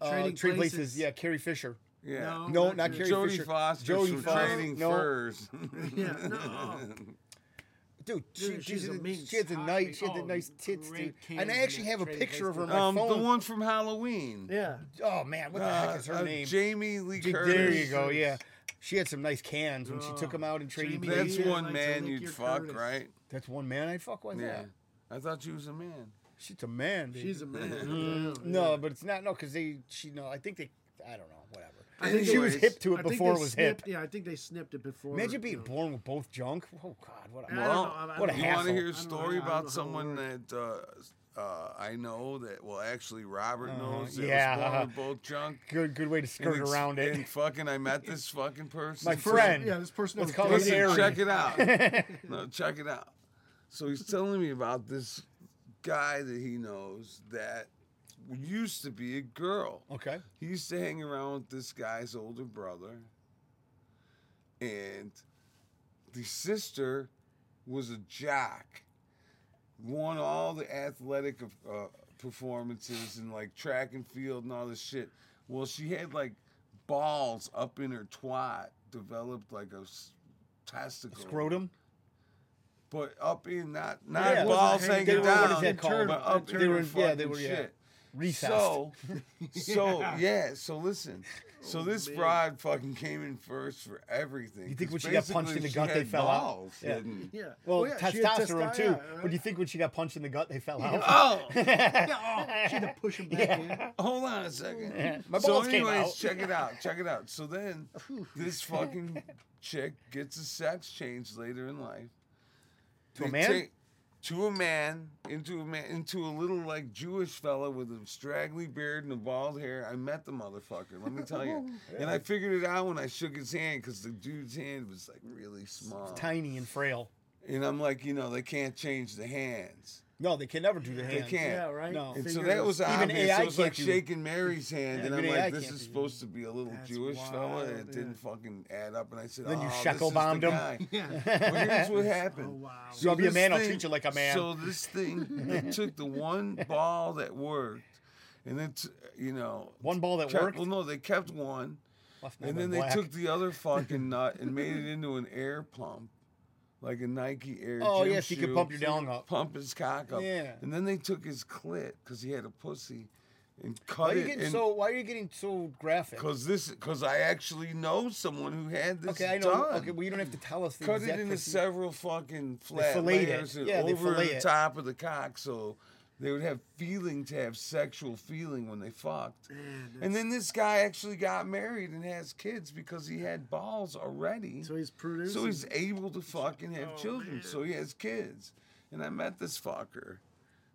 uh,
Trading
Trade Places.
Places.
Yeah, Carrie Fisher.
Yeah.
No.
No,
not
not
Jodie
Carrie Fisher.
Jodie Foster
Jodie
from
Foster,
Trading
no. (laughs)
Furs.
Yeah,
(laughs)
no.
Dude, she,
Dude, she's
she's
a mean
she had the
hot
night.
meat.
She had the
Oh,
nice tits, dude.
great
And I
candy
actually
man,
have a
Trading
picture of her on
Places.
my
um, the
phone.
one from Halloween.
Yeah.
Oh man, what the heck is her
Uh, uh,
name?
Jamie Lee
J-
Curtis.
There you go. Yeah, she had some nice cans when she took
Oh,
them out in Trading
Jamie
Places.
That's
Yeah,
one
like
man
Jamie
you'd
Lee
fuck,
Curtis.
right?
That's one man I'd fuck with.
Yeah.
Yeah,
I thought you was a man.
she's a man. Dude.
She's a man. Yeah,
Mm. no,
yeah.
but it's not no because they she no. I think they. I don't know. Whatever.
I think
she was
Anyways,
hip to
I
it
think
before
they
it was hip.
snipped, Yeah, I think they snipped it before.
Imagine
you
being
know.
born with both junk. Oh God, what a
I don't know. I- I
what a
don't
You want
hassle.
to hear a
don't know
story
how-
about
I don't know how it
someone that uh, uh, I know that, well, actually, Robert knows that
Uh-huh. yeah.
was born with both junk.
Good good way to
and
skirt
it's-
around
And
it.
fucking, I met
(laughs)
this fucking person.
My
too.
friend.
Yeah, this person
Let's
was
call her
dating-
Listen,
Aaron.
check it out. no, check it out. So he's telling me about this guy that he knows that used to be a girl.
(laughs) Okay.
He used to hang around with this guy's older brother, and the sister was a jock. Won all the athletic uh, performances and like track and field and all this shit. Well, she had like balls up in her twat, developed like a s- testicle,
Scrotum.
but up in not not
Yeah.
balls
They
hanging
were-
down,
what is
that called?
but up
They
in
were-
her
yeah, they
fucking
were- yeah.
shit.
Recessed.
So, (laughs) so
(laughs)
yeah. So listen. So this
Oh, man.
broad fucking came in first for everything.
You think
'cause
when she got punched in
basically
the
she
gut, they
had
fell out?
balls
Yeah.
hidden.
Yeah. Oh,
well,
oh,
yeah, she had
testosterone
testo-
too.
yeah,
But
right.
you think when she got punched in the gut, they fell out?
Oh,
Yeah, oh, she had to push him back
(laughs)
hold on a second.
Yeah, my
so
balls
anyways,
came out.
check it out. Check it out. So then, this fucking chick gets a sex change later in life.
To a
They
man?
take- to a man, into a man, into a little like Jewish fella with a straggly beard and a bald hair. I met the motherfucker. Let me
(laughs)
tell you. And I figured it out when I shook his hand because the dude's hand was like really small.
Tiny and frail.
And I'm like, you know, they can't change the hands.
No, they can never do the
They
hand.
can't.
in. Yeah, right.
No.
And so
Fingers.
that was
Even
obvious.
AI
it was like
can't do-
shaking Mary's hand,
Yeah,
and I'm
even AI
like, this
can't
is
do that.
supposed to be a little
That's
Jewish fella, and it
wild,
didn't fucking add up. And I said,
Then you
oh, this
shekel
is the
bombed him. (laughs)
guy."
Yeah.
But here's what happened.
Oh wow.
You wanna be a
this
man, I'll treat you like a man.
So this thing
(laughs)
it took the one ball that worked, and it's you know
One ball that
kept-
worked.
Well, no, they kept one,
Left my
and
man
then they
black.
took the other fucking nut and made it into an air pump, like a Nike Air.
Oh
gym
yes, he could
shoe
pump your dong up.
pump his cock up.
Yeah.
And then they took his clit because he had a pussy, and
Why
cut
are you
it.
getting
And
so? Why are you getting so graphic?
because this because I actually know someone who had this
Okay, I know.
done.
Okay, well you don't have to tell us. The
Cut it
exact
into
procedure.
several fucking flat
fillet it.
layers and
Yeah, they
over
fillet
the
it.
top of the cock, so they would have feeling to have sexual feeling when they fucked. and then this guy actually got married and has kids because he had balls already.
So he's producing.
So he's able to fucking have
Oh,
children. So he has kids. And I met this fucker.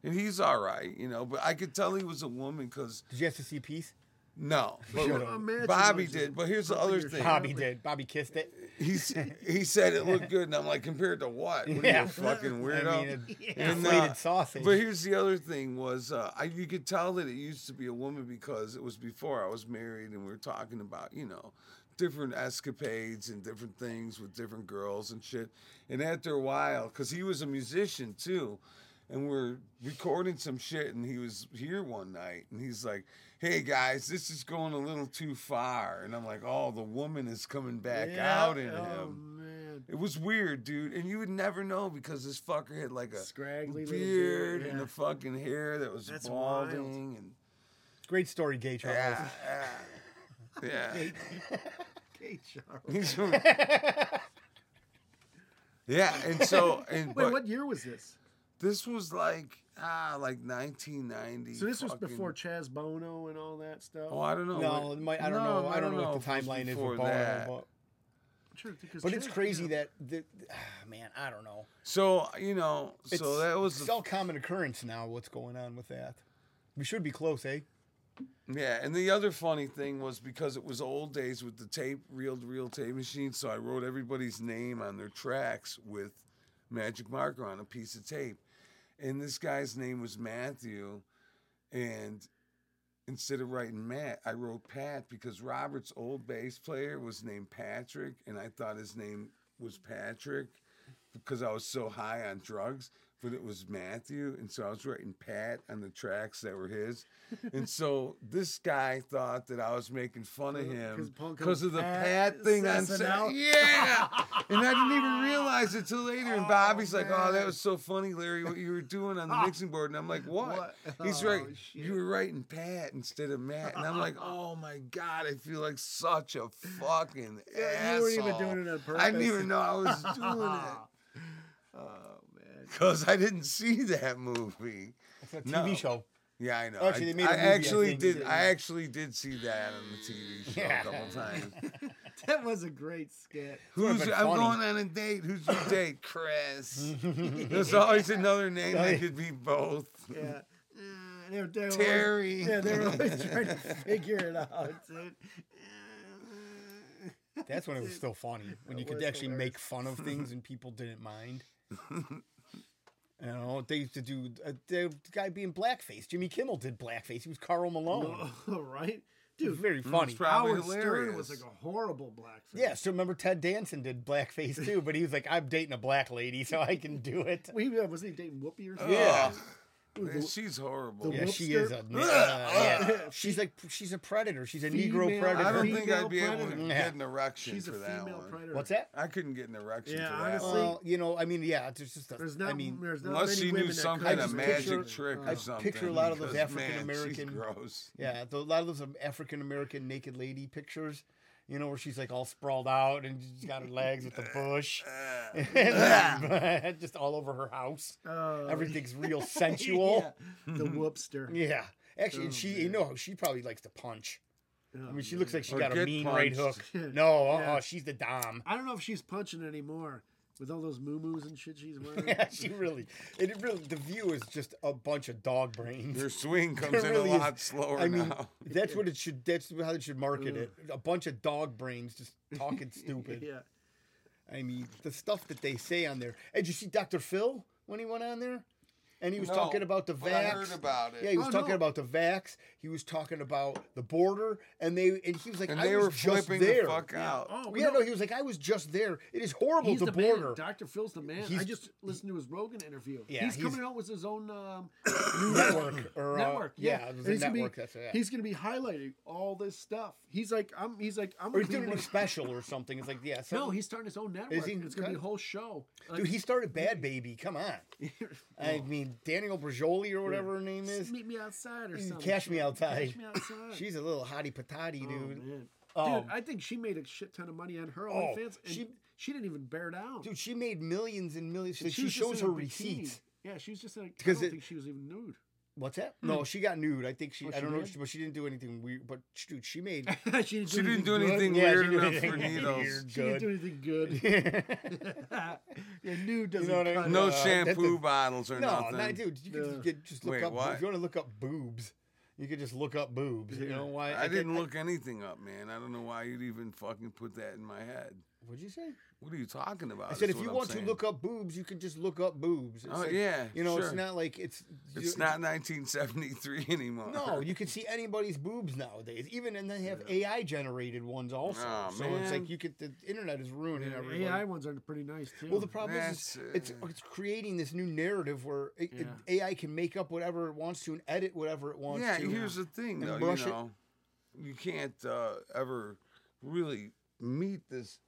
And he's all right, you know, but I could tell he was a woman because
Did you have to see a piece?
no, but
Should've. Imagine
Bobby
those-
did. But here's the other
your
thing:
shot.
Bobby did. Bobby kissed it. (laughs)
he s- he said it looked good, and I'm like, compared to what? What are you,
Yeah.
a fucking weirdo?
I mean, a
And, uh,
deflated sausage.
But here's the other thing: was uh, I, you could tell that it used to be a woman because it was before I was married, and we were talking about you know different escapades and different things with different girls and shit. And after a while, because he was a musician too, and we are recording some shit, and he was here one night, and he's like. Hey guys, this is going a little too far, and I'm like, oh, the woman is coming back
Yeah,
out in
oh,
him.
man.
It was weird, dude, and you would never know because this fucker had like a
Scraggly little
beard
dude,
and
yeah.
a fucking hair that was
That's wild.
balding and
Great story, Gay Charles.
yeah,
(laughs)
yeah. yeah.
Kate Charles.
(laughs) He's from- yeah,
(laughs)
and so and
Wait,
but
what year was this?
this was like ah like 1990.
So this was
fucking-
before Chaz Bono and all that stuff.
Oh, I don't know.
No, it might, I don't
No,
know. I don't know what the
if it was
timeline is
before
with Bono,
that.
but
trying to think of
But it's
shit,
crazy
yeah.
that, the ah, man, I don't know.
So you know, so
It's-
that was
It's
the,
all common occurrence now. What's going on with that? We should be close, eh?
yeah. And the other funny thing was because it was old days with the tape, reel to reel tape machine. So I wrote everybody's name on their tracks with magic marker on a piece of tape, and this guy's name was Matthew, and instead of writing Matt, I wrote Pat because Robert's old bass player was named Patrick, and I thought his name was Patrick because I was so high on drugs, but it was Matthew, and so I was writing Pat on the tracks that were his, and so this guy thought that I was making fun
(laughs)
of him
Paul
because
goes,
of the
"Pat
Pat thing on
Sassanel."
set. Yeah, and I didn't even realize it till later. And Bobby's like, "Oh, that
man.
was so funny, Larry, what you were doing on the mixing board," and I'm like, "What?"
What?
He's
Oh,
right.
shit.
You were writing Pat instead of Matt, and I'm like, oh my god, I feel like such a fucking
Yeah, you
asshole.
weren't even doing it on purpose.
I didn't even know I was doing it
Oh man. (laughs)
because I didn't see that movie.
It's a TV
No.
show.
Yeah, I know.
Actually,
I,
they made a
I
movie, I
actually
think,
did.
didn't
I
they?
actually did see that on the TV show
Yeah.
a couple times.
That was a great skit.
Who's
been
I'm
funny.
going on a date. Who's
(laughs)
your date, Chris? There's always another name
Oh, yeah.
that could be both.
(laughs)
Yeah. Uh, they were, they were always-
Terry.
yeah, they were
(laughs)
always trying to figure it out, (laughs) dude. Uh,
That's when it
(laughs)
was still funny when
That
you could
was
actually
hilarious.
make fun of things and people didn't
(laughs)
mind. You know, they used to do uh, the guy being blackface. Jimmy Kimmel did blackface. He was Carl Malone.
(laughs) All right,
It was
dude.
very funny.
prob- Probably
Howard Stern was like
Oh. hilarious.
a horrible blackface.
Yeah, so remember Ted Danson did blackface too, but he was like, "I'm dating a black lady, so I can do it."
Well, he, uh, wasn't he dating Whoopi or something?
Yeah.
Ugh. Oh, Man, she's horrible.
the
Yeah, she is a.
Whoopster.
uh, yeah. She's like she's a predator. She's a Negro
Female-
predator.
I don't
Female
think I'd be able
predator.
to
Yeah.
get an erection
She's a
for that
female
one.
predator.
What's that?
I couldn't get an erection
Yeah,
for that.
honestly,
one.
Well, you know, I mean, yeah, there's just.
There's
A,
not.
I mean,
there's not
Unless
many
she
women
knew
that
some
could
kind
I
of
just
magic
picture-
trick
uh,
or
I
something.
picture a lot of those
because, man,
African-American-
she's
(laughs)
gross.
yeah, the, a lot of those African American naked lady pictures, you know, where she's like all sprawled out and she's got her legs with the
(laughs)
bush, (laughs)
Uh,
And (laughs) just all over her house.
Oh,
Everything's real sensual.
(laughs)
yeah, the Whoopster.
Yeah. Actually, and
Oh,
she, you
man.
know, she probably likes to punch. I mean, she looks like she
Or
got a
get
mean right hook.
punched. (laughs)
No, uh
Yeah.
she's the dom. (laughs)
I don't know if she's punching anymore with all those moo-moos and shit she's
(laughs)
wearing.
Yeah, she really. It really. The view is just a bunch of dog brains.
Your swing comes in a
really is-
lot slower
I mean,
now. (laughs)
that's what it should. That's how they should market it. A bunch of dog brains just
(laughs)
talking stupid.
yeah.
I mean, the stuff that they say on there. And you see Dr. Phil when he went on there, and he was
No,
talking about the
but
vax.
I heard about it.
Yeah, he was
Oh,
talking
no.
about the vax. He was talking about the border, and they and he was like,
And
I
they
was
were
just
flipping
there.
the fuck out.
Oh,
yeah, no, he was like, I was just there. It is horrible.
he's
The,
the,
border.
man. Dr. Phil's the man. I
He's-
just listened to his Rogan interview.
Yeah,
he's,
he's-
coming out with his own um, (coughs)
network or uh,
network.
yeah,
Yeah,
it was
And
a
he's gonna
network.
Be,
that's it.
He's going to be highlighting all this stuff. He's like, I'm. He's like, I'm.
or
gonna
he's
be
doing
one
a
of-
special or something. It's like yeah,
No,
some,
he's starting his own network.
he?
It's going to be
Okay.
a whole show.
dude, he started Bad Baby. Come on, I mean Daniel Brajoli or whatever her name
(laughs)
is.
meet me outside or
Mm,
something.
Cash Me Outside.
Cash
(laughs)
me outside.
She's a little hottie patati,
Oh,
dude.
man.
Um,
dude, I think she made a shit ton of money on her
oh,
OnlyFans, and she,
she-
didn't even bear down.
Dude, she made millions and millions.
And
she
was just
shows
in
her
a
receipts.
bikini. Yeah, she was just in a.
Because
Because I don't
it-
think she was
(laughs)
even nude.
What's that? No, she got nude. I think she.
Hmm. Oh,
I
she
don't know,
did?
if she, but she didn't do anything weird. But sh- dude, she
(laughs)
made. (laughs)
she didn't
She didn't do
good.
anything
Yeah, she
weird
didn't do
enough for
anything
needles.
weird.
She didn't do anything good.
(laughs)
yeah, nude doesn't.
what I-
cut
No
it.
Uh, that's
shampoo
a-
bottles or
no,
nothing.
no, dude, you could
No.
just, get, just look
Wait,
up.
what?
If you want to look up boobs, you could just look up boobs. You know why?
I
can't-
didn't look anything up, man. I don't know why you'd even fucking put that in my head.
What'd you say?
What are you talking about?
I said
is
if
what
you
I'm
want
saying.
to look up boobs, you can just look up boobs. It's
Oh,
like-
yeah,
You know, it's
sure.
not like it's.
It's
you-
not 1973
(laughs)
anymore.
No,
(laughs)
you can see anybody's boobs nowadays. Even and they have AI generated ones also.
Aw,
so it's
man.
like you could the internet is ruining everything.
AI ones are pretty nice too.
Well, the problem is,
That's,
is it's
uh,
it's creating this new narrative where it, it-
Yeah.
AI can make up whatever it wants to and edit whatever it wants
yeah,
to. uh,
here's the thing,
and
though.
brush
You
it.
know, you can't uh, ever really meet this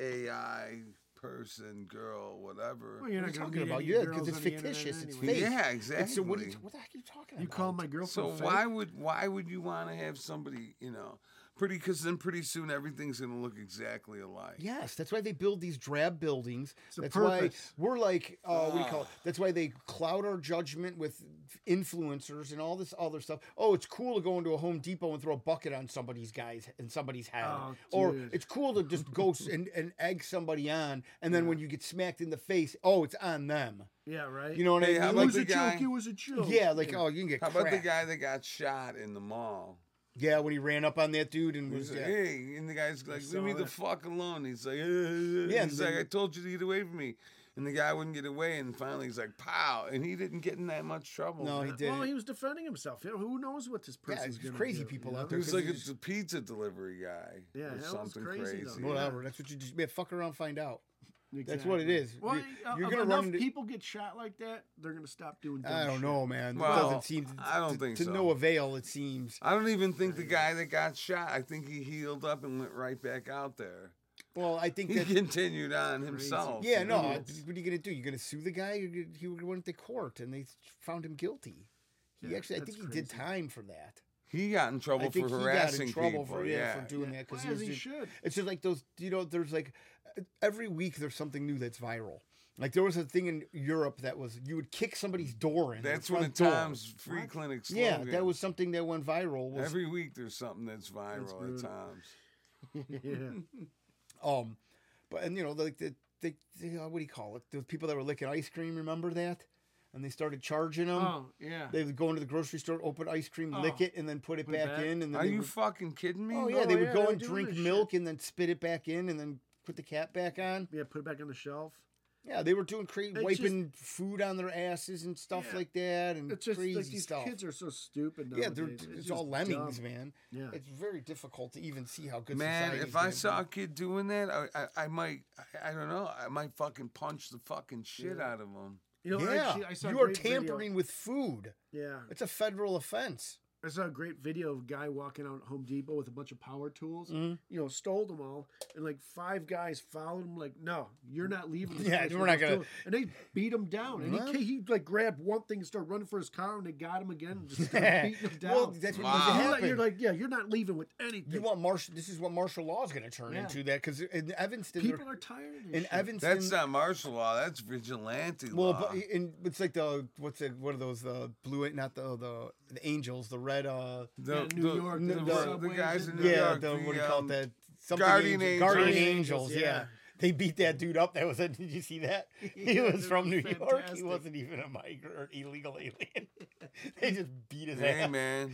AI person, girl, whatever.
Well, you're
what are you
not gonna
talking
meet
about?
any
Yeah, 'cause
girls
it's
on the internet
fictitious, it's
anyway.
fake.
yeah, exactly.
It's- so what, are you, what the heck are you talking about?
You call my girlfriend.
So why would why would you want to have somebody you know? Pretty, because then pretty soon everything's going to look exactly alike.
Yes, that's why they build these drab buildings.
a
That's
purpose.
why we're like, uh, what do you call
Ah.
it? That's why they cloud our judgment with influencers and all this other stuff. Oh, it's cool to go into a Home Depot and throw a bucket on somebody's guy's and somebody's head,
Oh,
or
dude.
it's cool to just go s- and, and egg somebody on, and then when you get smacked in the face, oh, it's on them.
Yeah, right.
You know what
Hey,
I
how
mean?
about
it was
the
a
guy-
joke. It was a joke.
yeah, like oh, you can get
How about the
cracked.
guy that got shot in the mall?
Yeah, when he ran up on that dude and was
He's like,
yeah,
hey, and the guy's like,
saw
leave me the
that.
fuck alone. He's like, yeah,
Yeah, and
he's like,
then-
I told you to get away from me. And the guy wouldn't get away. And finally, he's like, pow. And he didn't get in that much trouble.
no, he
he,
didn't.
Well, he was defending himself. You know, who knows what this
Yeah,
person's
there's
gonna
crazy
do,
people
you know?
out there.
was
'cause
like
he
a
just-
d- pizza delivery guy.
Yeah,
or
that was
something
crazy, though.
crazy.
Whatever. That's what you just yeah, fuck around, find out. That's
Exactly.
what it is.
Well,
You-
uh,
you're
if
gonna run
enough
into-
people get shot like that, they're gonna stop doing. Dumb
I don't
shit.
know, man. It
Well,
doesn't seem to,
I don't
to-
think
to
so.
no avail. It seems.
I don't even think the guy that got shot, I think he healed up and went right back out there.
Well, I think
(laughs) He
that.
continued on himself.
Yeah,
you
no.
know?
I- What are you gonna do? You're gonna sue the guy? You're gonna, he went to court and they found him guilty. He
Yeah,
actually, I
that's
think he did
crazy.
time for that.
He got in trouble
I think
for
he got
harassing
in trouble
people.
for
yeah.
for doing that
Well,
because
as
he
he
was. Just, (laughs)
should.
it's just like those. You know, there's like uh, every week there's something new that's viral. Like there was a thing in Europe that was you would kick somebody's door in. their
That's one
front
of
door.
Tom's free clinic
Yeah,
slogan.
that was something that went viral. Was Mm-hmm.
Every week there's something that's viral
good.
at Tom's.
(laughs) yeah.
Um, but and you know like the, the, the uh, what do you call it? The people that were licking ice cream, remember that? And they started charging them.
Oh yeah.
They would go into the grocery store, open ice cream, lick
Oh.
it, and then put it
Put it
back
back?
in. And then
Are
they
you
would-
fucking kidding me?
oh yeah, they
Oh,
would
yeah,
go
they
and
do
drink
this shit.
milk and then spit it back in, and then put the cap back on.
yeah. Put it back on the shelf.
Yeah, they were doing crazy,
It's just-
wiping food on their asses and stuff
Yeah.
like that, and
It's just
crazy
like these
stuff.
kids are so stupid.
yeah, they're,
nowadays.
it's,
just
all lemmings,
dumb.
man.
Yeah.
It's very difficult to even see how good.
Man,
society's
if I
gonna
saw
be.
a kid doing that, I, I, I might, I, I don't know, I might fucking punch the fucking shit out of him.
You know,
yeah,
actually, I saw a
you are
great video.
tampering with food.
Yeah.
It's a federal
(laughs)
offense. (laughs)
I saw a great video of a guy walking out Home Depot with a bunch of power tools.
Mm-hmm.
You know, stole them all, and like five guys followed him. Like, no, you're not leaving.
(laughs)
this
Yeah,
place
we're
with
not
those
gonna-
tools." And they beat him down, and he, ca- he like grabbed one thing and started running for his car, and they got him again
(laughs)
and just started beating him down.
Well, that's what
Wow.
needs to
You're like-
happen.
You're like, yeah, you're not leaving with anything.
you want martial. This is what martial law is going to turn
Yeah.
into. That because in Evanston, they're-
People are tired. Of this
in
shit.
Evanston,
That's not martial law. That's vigilante
well,
law.
but in, it's like the what's it? What are those? The blue, not the the, the angels. The red. uh
the,
Yeah, New York,
the,
the
the
subways
guys in
and-
New
Yeah,
York,
the, what do you call
um,
it? That something
Guardian
angel-
Angels.
Guardian
Guardian
angels.
Angels,
Yeah.
yeah.
They beat that dude up. That was a. Did you see
(laughs)
that? He
Yeah,
was
that
from
was
New York. He
fantastic.
wasn't even a migrant or illegal alien. (laughs) they just beat his
Hey
ass.
man,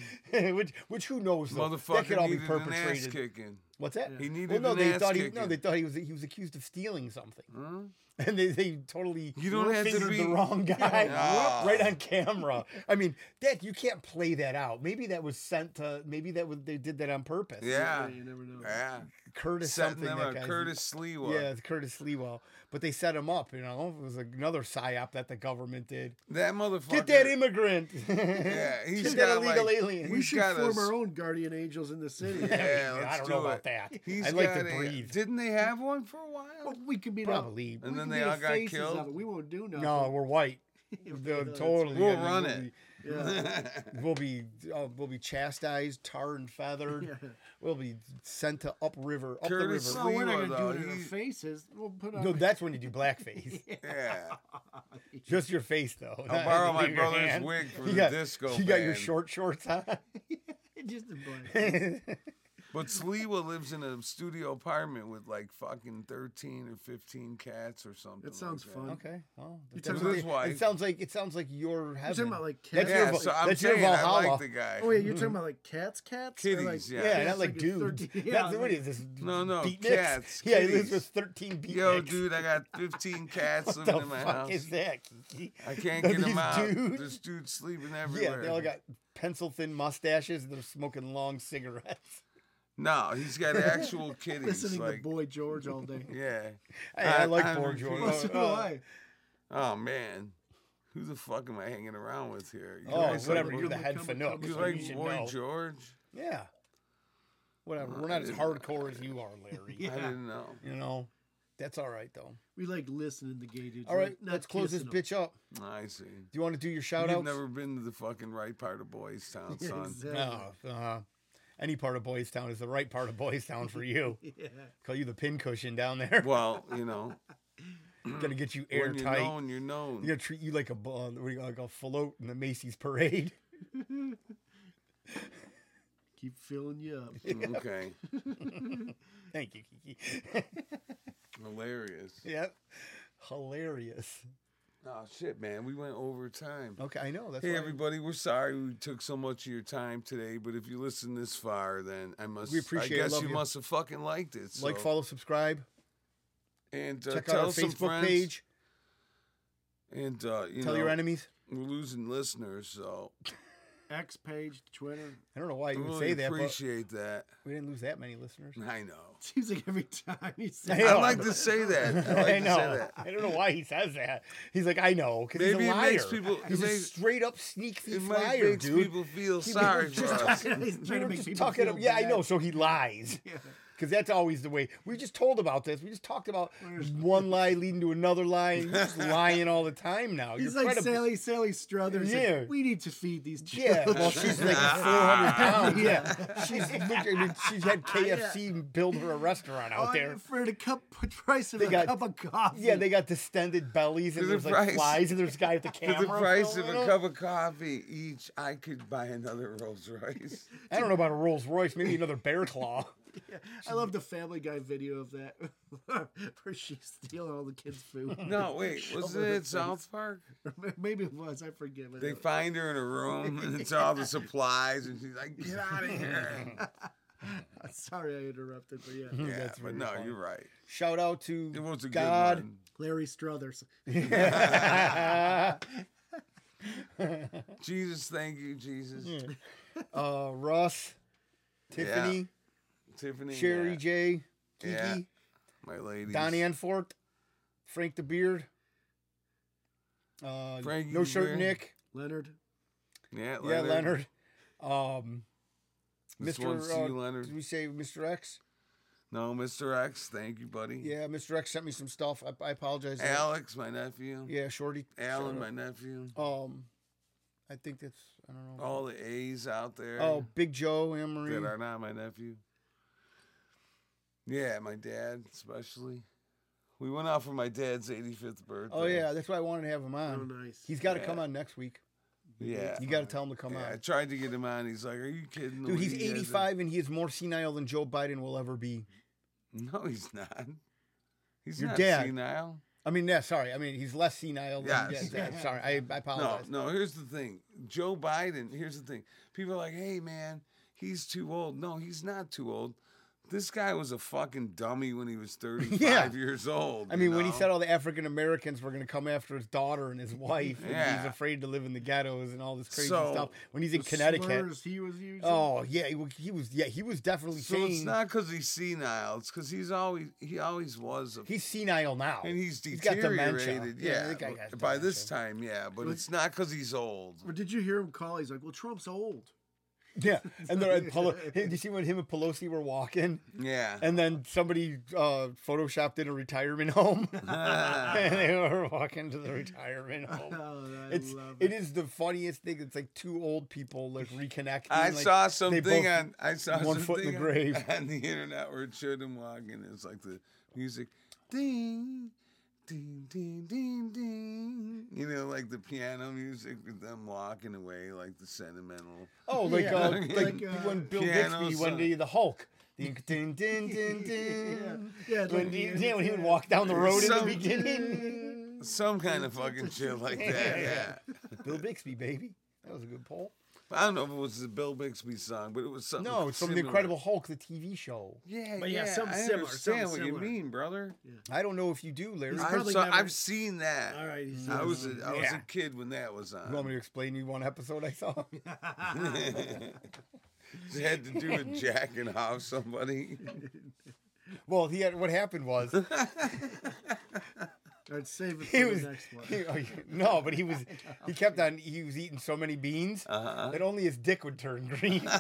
which, which who knows? Though. (laughs) that could
motherfucker
all be
needed an ass
perpetrated.
kicking.
What's that?
He needed
Well, no,
an
they
ass
thought he
kicking.
no, they thought he was he was accused of stealing something,
Huh?
(laughs) and they, they totally
You don't have to
fingered
be-
the
(laughs)
wrong guy
Yeah.
right on camera. I mean, that you can't play that out. Maybe that was sent to. Maybe that was they did that on purpose.
Yeah,
you never know.
yeah.
Curtis
Setting
something.
them
that
up.
guy's-
Curtis Slewa.
Yeah, it's Curtis Leewell. But they set him up. You know, it was another psyop that the government did.
That motherfucker.
Get that immigrant. (laughs)
Yeah, he's
Get that
got
illegal
like,
alien.
We
he's
should
got a
form
s-
our own guardian angels in
(laughs)
the city.
Yeah,
I
let's
don't
do
know about
it.
that.
He's
I like
got
to
a-
breathe. Oh,
Didn't they have one for a (laughs) while?
We could be
Probably.
And
we
then
could
they
be
all
the
got
faces
killed?
of it. We won't do nothing.
No,
(laughs)
we're white.
Yeah,
The-
that's
totally.
We'll
I mean,
run
we'll
it.
be-
Yeah.
We'll be uh, we'll be chastised, tar and feathered.
(laughs)
Yeah.
We'll be sent to upriver, up
Curtis
the
No, Oh, we're not
Lewa,
gonna
though,
do it in our
he-
faces. We'll put on.
river. No, that's when you do blackface.
(laughs) yeah.
Just your face, though.
I'll borrow
(laughs)
my
Your
brother's
hand.
wig for
You
the
got,
disco
You got your
band.
short shorts
(laughs)
on.
(laughs) just a blank.
But Slewa lives in a studio apartment with like fucking 13 or 15 cats or something.
That sounds
like
fun.
okay. Well,
You're
that's what
talking
about-
they-
His wife.
it sounds like it sounds like your heaven.
talking about, like,
that's
cats?
Yeah,
your, val-
so I'm
that's your
saying I
Valhalla.
like the guy.
Oh wait, you're talking about like cats, cats, Or, like-
Kitties, yeah.
Mm-hmm. yeah,
it's
not like,
like a
dudes.
13 yeah,
That's-
I'm
what
like-
is this?
No, no,
beatniks?
cats,
(laughs) Yeah, he lives
kitties.
with thirteen beatniks.
Yo, dude,
(laughs)
I got 15 cats
what the
living in my
fuck
house.
is that? Kiki?
I can't
Are
get
these
them out.
dudes?
There's dudes sleeping
Yeah,
everywhere.
they all got pencil thin mustaches. and They're smoking long cigarettes.
No,
(laughs)
he's got actual kitties.
listening
like,
to Boy George all day. (laughs)
Yeah.
Hey, I,
I-
like
I'm
poor
a
George.
kid.
Well, so do I.
Oh man, who the fuck am I hanging around with here? You
Oh,
guys
whatever.
Like,
You're the
Come-
head
come-
fanook.
come-
you
so
like
you should
Boy
know.
George?
Yeah. Whatever. We're not as hardcore as you are, Larry.
I didn't know.
You know, that's all right though.
We like listening to gay dudes.
All right,
not
let's close this
kissing 'em.
bitch up.
Oh, I see.
Do you want to do your shout
You've
outs? (laughs)
never been to the fucking right part of Boys Town, son.
Exactly.
No. Uh, any part of Boys Town is the right part of Boys Town for you. (laughs)
(laughs) Yeah.
Call you the pincushion down there.
Well,
(laughs)
you know,
Gonna get you
when you're
airtight.
known, you're known.
They're gonna treat you like a bu- uh, what do you- like a float in the Macy's parade.
Keep filling
(laughs)
you up.
(laughs) Okay,
Thank you, Kiki. (laughs)
hilarious.
yep, hilarious.
Oh shit, man, we went over time.
Okay, I know Oh, that's.
Hey
why
everybody, we're sorry we took so much of your time today, but if you listen this far, then I must.
We appreciate it,
I guess
love
you
you.
must have fucking liked it.
Like,
so-
follow, subscribe.
and uh,
Check out
tell
our
some
Facebook
friends.
page.
And uh, you
Tell
know,
your enemies.
we're losing listeners, so
X page, Twitter. (laughs)
I don't know why
I
you would
really
say that, but
appreciate that.
we didn't lose that many listeners.
I know.
Seems like every time he
I
says
know.
I like to say
(laughs)
that. (laughs) I like
I
to say
know.
that.
I don't know why he says that. He's like, I know, because he's
Maybe
a
it
liar.
makes people- it
he's a
makes-
straight up sneak
It
thief
might
liar,
make
dude.
people feel
He was
sorry for
just (laughs)
us.
(laughs) He's
We
trying to
were
make
just
people
talking
feel
ab- yeah, I
bad.
know. So he
(laughs)
lies.
Yeah.
Because that's always the way. We just told about this. We just talked about one lie leading to another lie. and You're
(laughs)
just lying all the time now.
He's
You're
like
credible.
Sally, Sally Struthers. like,
Yeah.
we need to feed these children.
Yeah, (laughs) well, she's
(laughs)
(laughs)
like 400 pounds. Yeah, (laughs) she's look, (laughs) I mean, she's had
Yeah.
KFC build her a restaurant out
Oh,
there.
For the cup (laughs) price of
They
a
got-
cup of coffee.
Yeah, they got distended bellies and
For the
there's like
price-
flies and there's a
(laughs)
guy with the camera.
For the price of
filming
a
it.
cup of coffee each, I could buy another Rolls
(laughs)
Royce.
I don't know about a Rolls Royce, maybe another bear
(laughs)
claw.
Yeah, I love the Family Guy video of that, (laughs) where she's stealing all the kids'
(laughs)
food.
No, wait, wasn't
Over the
it South Park?
(laughs) maybe it was. I forget. but
They
it-
find her in a room and it's all the supplies, and she's like, "Get out
(laughs)
of here!"
I'm (laughs) sorry, I interrupted, but yeah,
Yeah,
That's
but
really
no,
funny.
you're right.
Shout out
It
to
was a
God.
good one.
Larry Struthers.
(laughs)
(laughs)
uh,
Jesus, thank you, Jesus.
Uh, Russ, Tiffany,
Tiffany,
Sherry
yeah,
J, Kiki,
Yeah. my lady,
Donnie Anfort, Frank the Beard, uh,
Frankie
No
the
Shirt
Beard.
Nick,
Leonard.
yeah,
yeah,
Leonard.
Leonard, um,
This
Mr.
one's to
uh,
you, Leonard.
Did we say Mr. X?
No, Mr. X, thank you, buddy.
Yeah, Mr. X sent me some stuff. I, I apologize.
Alex, my nephew.
Yeah, Shorty.
Alan, my
shout
nephew.
out. Um, I think that's I don't know.
All the A's out there
Oh, Big Joe, Anne Marie.
that are not my nephew. Yeah, my dad especially. We went out for my dad's 85th birthday.
Oh yeah, that's why I wanted to have him
Oh,
on.
nice.
Um, He's got to
Yeah.
come on next week.
yeah.
You got to tell him to come
yeah, I
on.
tried to get him on. He's like, "Are you kidding?"
Dude,
What
he's
he has in-"
85 and he is more senile than Joe Biden will ever be.
No, he's not. He's
Your
not
dad.
senile.
I mean, yeah, sorry. I mean, he's less senile than
Yes.
yeah, yeah, sorry. I, I
No,
apologize.
no. Here's the thing, Joe Biden. Here's the thing. People are like, "Hey, man, he's too old." No, he's not too old. This guy was a fucking dummy when
(laughs)
he was 35
Yeah.
years old.
I
you
mean, when he
know?
said all the African Americans were going to come after his daughter and his wife, and
Yeah.
he's afraid to live in the ghettos and all this crazy
So,
stuff. When he's
The
in Connecticut,
slurs he was using.
oh yeah, he wa- he was yeah he was definitely
so
saying
it's not because he's senile. It's because he's always he always was, a,
he's senile now.
and he's
got dementia.
deteriorated.
Yeah,
yeah,
the guy got
by this
dementia.
time, yeah. But it's not because he's old.
Or did you hear him call? He's like, "Well, Trump's old."
yeah, and they're and
(laughs)
Pelo- hey, you see when him and Pelosi were walking,
Yeah.
and then somebody uh, photoshopped in a retirement
(laughs)
home, (laughs) (laughs) and they were walking to the
(laughs)
retirement home.
Oh, I
It's
love
it is the funniest thing. It's like two old people like reconnecting.
I
like,
saw
they
something
both-
on I saw
one
something
foot in the
on-
grave.
(laughs) On, the internet where it showed him walking. It's like the music, ding, ding, ding, ding, ding. You know, like the piano music with them walking away, like the sentimental.
Oh, like
Yeah.
uh,
Like,
like,
uh,
when Bill
piano
Bixby went
song.
to the Hulk. Ding, ding, ding, ding, ding.
Yeah, like
When, he,
the-
yeah, when he would walk down the road
Some-
in the
(laughs)
beginning.
Some kind of fucking shit
(laughs)
like that. Yeah.
Bill Bixby, baby. That was a good poll.
I don't know if it was the Bill Bixby song, but it was something.
No, it's from The
similar.
Incredible Hulk, the TV show.
Yeah,
But yeah,
yeah,
something
I
similar,
understand
something
what
similar.
you mean, brother.
I don't know if you do, Larry.
He's
You
I've,
probably
saw,
never-
I've seen that.
All right, he's
I
doing
was a,
it.
I was
Yeah.
a kid when that was on.
want me to explain you one episode I saw? (laughs)
It had to do with jacking off somebody.
Well, he had, what happened was
All right, save it for
he
the
was
next one.
he- oh, you- no, but he
(laughs)
was he kept on he was eating so many beans
Uh-huh.
that only his dick would turn green. (laughs)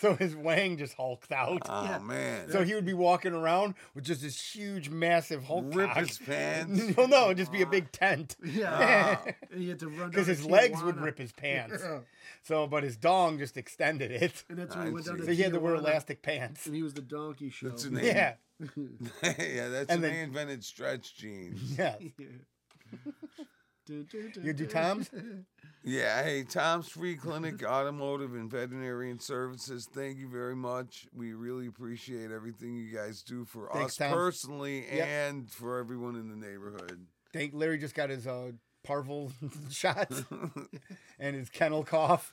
So his Wang just hulked out.
Oh
Yeah.
man.
so he would be walking around with just this huge, massive Hulk
Rip
cock. (laughs)
his pants.
Well, no, it'd just be a big tent
(laughs)
(laughs)
Yeah. and you had to run
because
down to
his legs would
Tijuana.
rip his pants.
Yeah.
So, but his dong just extended it. (laughs)
And that's when he
I
went down
see.
to
So he had to wear
Tijuana,
elastic pants.
And he was the donkey show. (laughs)
That's an
Yeah,
yeah, that's
And
when
then-
they invented stretch
(laughs)
jeans.
yeah.
(laughs) Do, do, do,
You do Tom's?
Yeah, hey, Tom's
(laughs)
Free Clinic, Automotive and Veterinarian Services. Thank you very much. We really appreciate everything you guys do for
Thanks,
us
Tom.
personally
Yep.
and for everyone in the neighborhood. (laughs)
Think Larry just got his uh, parvel (laughs) shots and his kennel cough.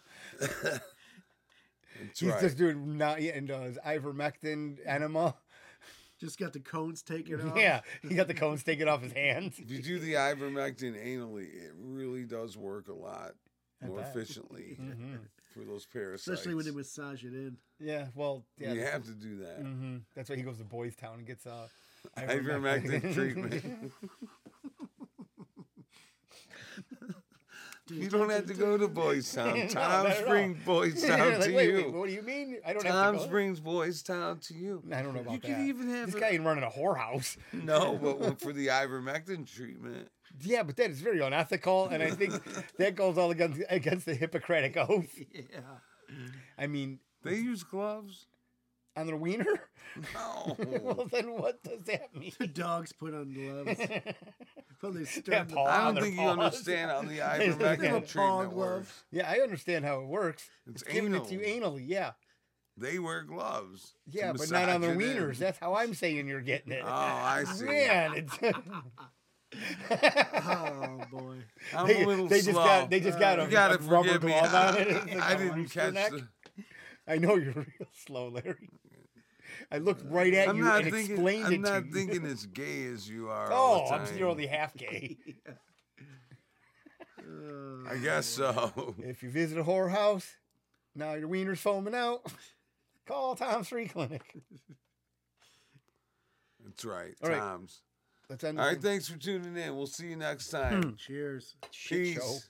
That's
He's
right.
just doing not and uh, his ivermectin enema.
(laughs)
(laughs)
Just got the cones taken off.
Yeah, he got the cones taken off his hands.
if you do the ivermectin anally, it really does work a lot
I
more
bet.
efficially
Mhm.
for those parasites.
Especially when they massage it in.
Yeah, well, yeah.
you have to do that.
hmm That's why he goes to Boys Town and gets
(laughs)
uh, (laughs)
Ivermectin
(laughs)
treatment. You don't have to go to
(laughs)
Boys Town.
No, not
Tom
at all.
brings
(laughs)
Boys
Like,
Town to
wait, wait,
you.
what do you mean? I don't have to
Tom
go.
brings Boys Town to you.
I don't know about
You
that.
could even have
this
a-
guy ain't running a
(laughs)
whorehouse.
no, but for the ivermectin treatment,
Yeah, but that is very unethical, and I
(laughs)
think that goes all against against the Hippocratic oath.
Yeah.
I mean,
they use gloves.
on their wiener.
No,
(laughs) well, then what does that mean?
The dogs put
(laughs)
on gloves. Probably
Yeah,
stirred the-
Paul,
I
on
don't
their
think you
paws.
understand how
(laughs)
the
They have a
ivermectin
paw
treatment
glove.
works.
Yeah, I understand how it works.
It's
Giving it to you anally, yeah,
They wear gloves. to
yeah, but not on their
massage it in.
wieners. That's how I'm saying you're getting it.
Oh,
(laughs)
I see.
Man, it's.
(laughs)
(laughs)
Oh boy.
I'm
They,
a little
they
slow.
just got they just got a,
you gotta
a rubber
forgive me.
glove
(laughs)
on it. It's like oh,
I
a
didn't
oyster
catch
neck.
the.
(laughs) I know you're (laughs) real slow, Larry. I looked right at
I'm
you
not
and
thinking.
explained
I'm
it
not
to you. (laughs)
thinking as gay as you are. all
oh,
the
I'm
time.
still only half
(laughs)
gay.
Uh,
I guess so. (laughs)
if you visit a whorehouse, now your wiener's foaming out. (laughs) Call Tom's Free Clinic.
That's right.
All right.
Tom's.
Let's end
All
this
right. Thanks for tuning in. We'll see you next time.
Cheers.
Hmm. shit show.
Peace.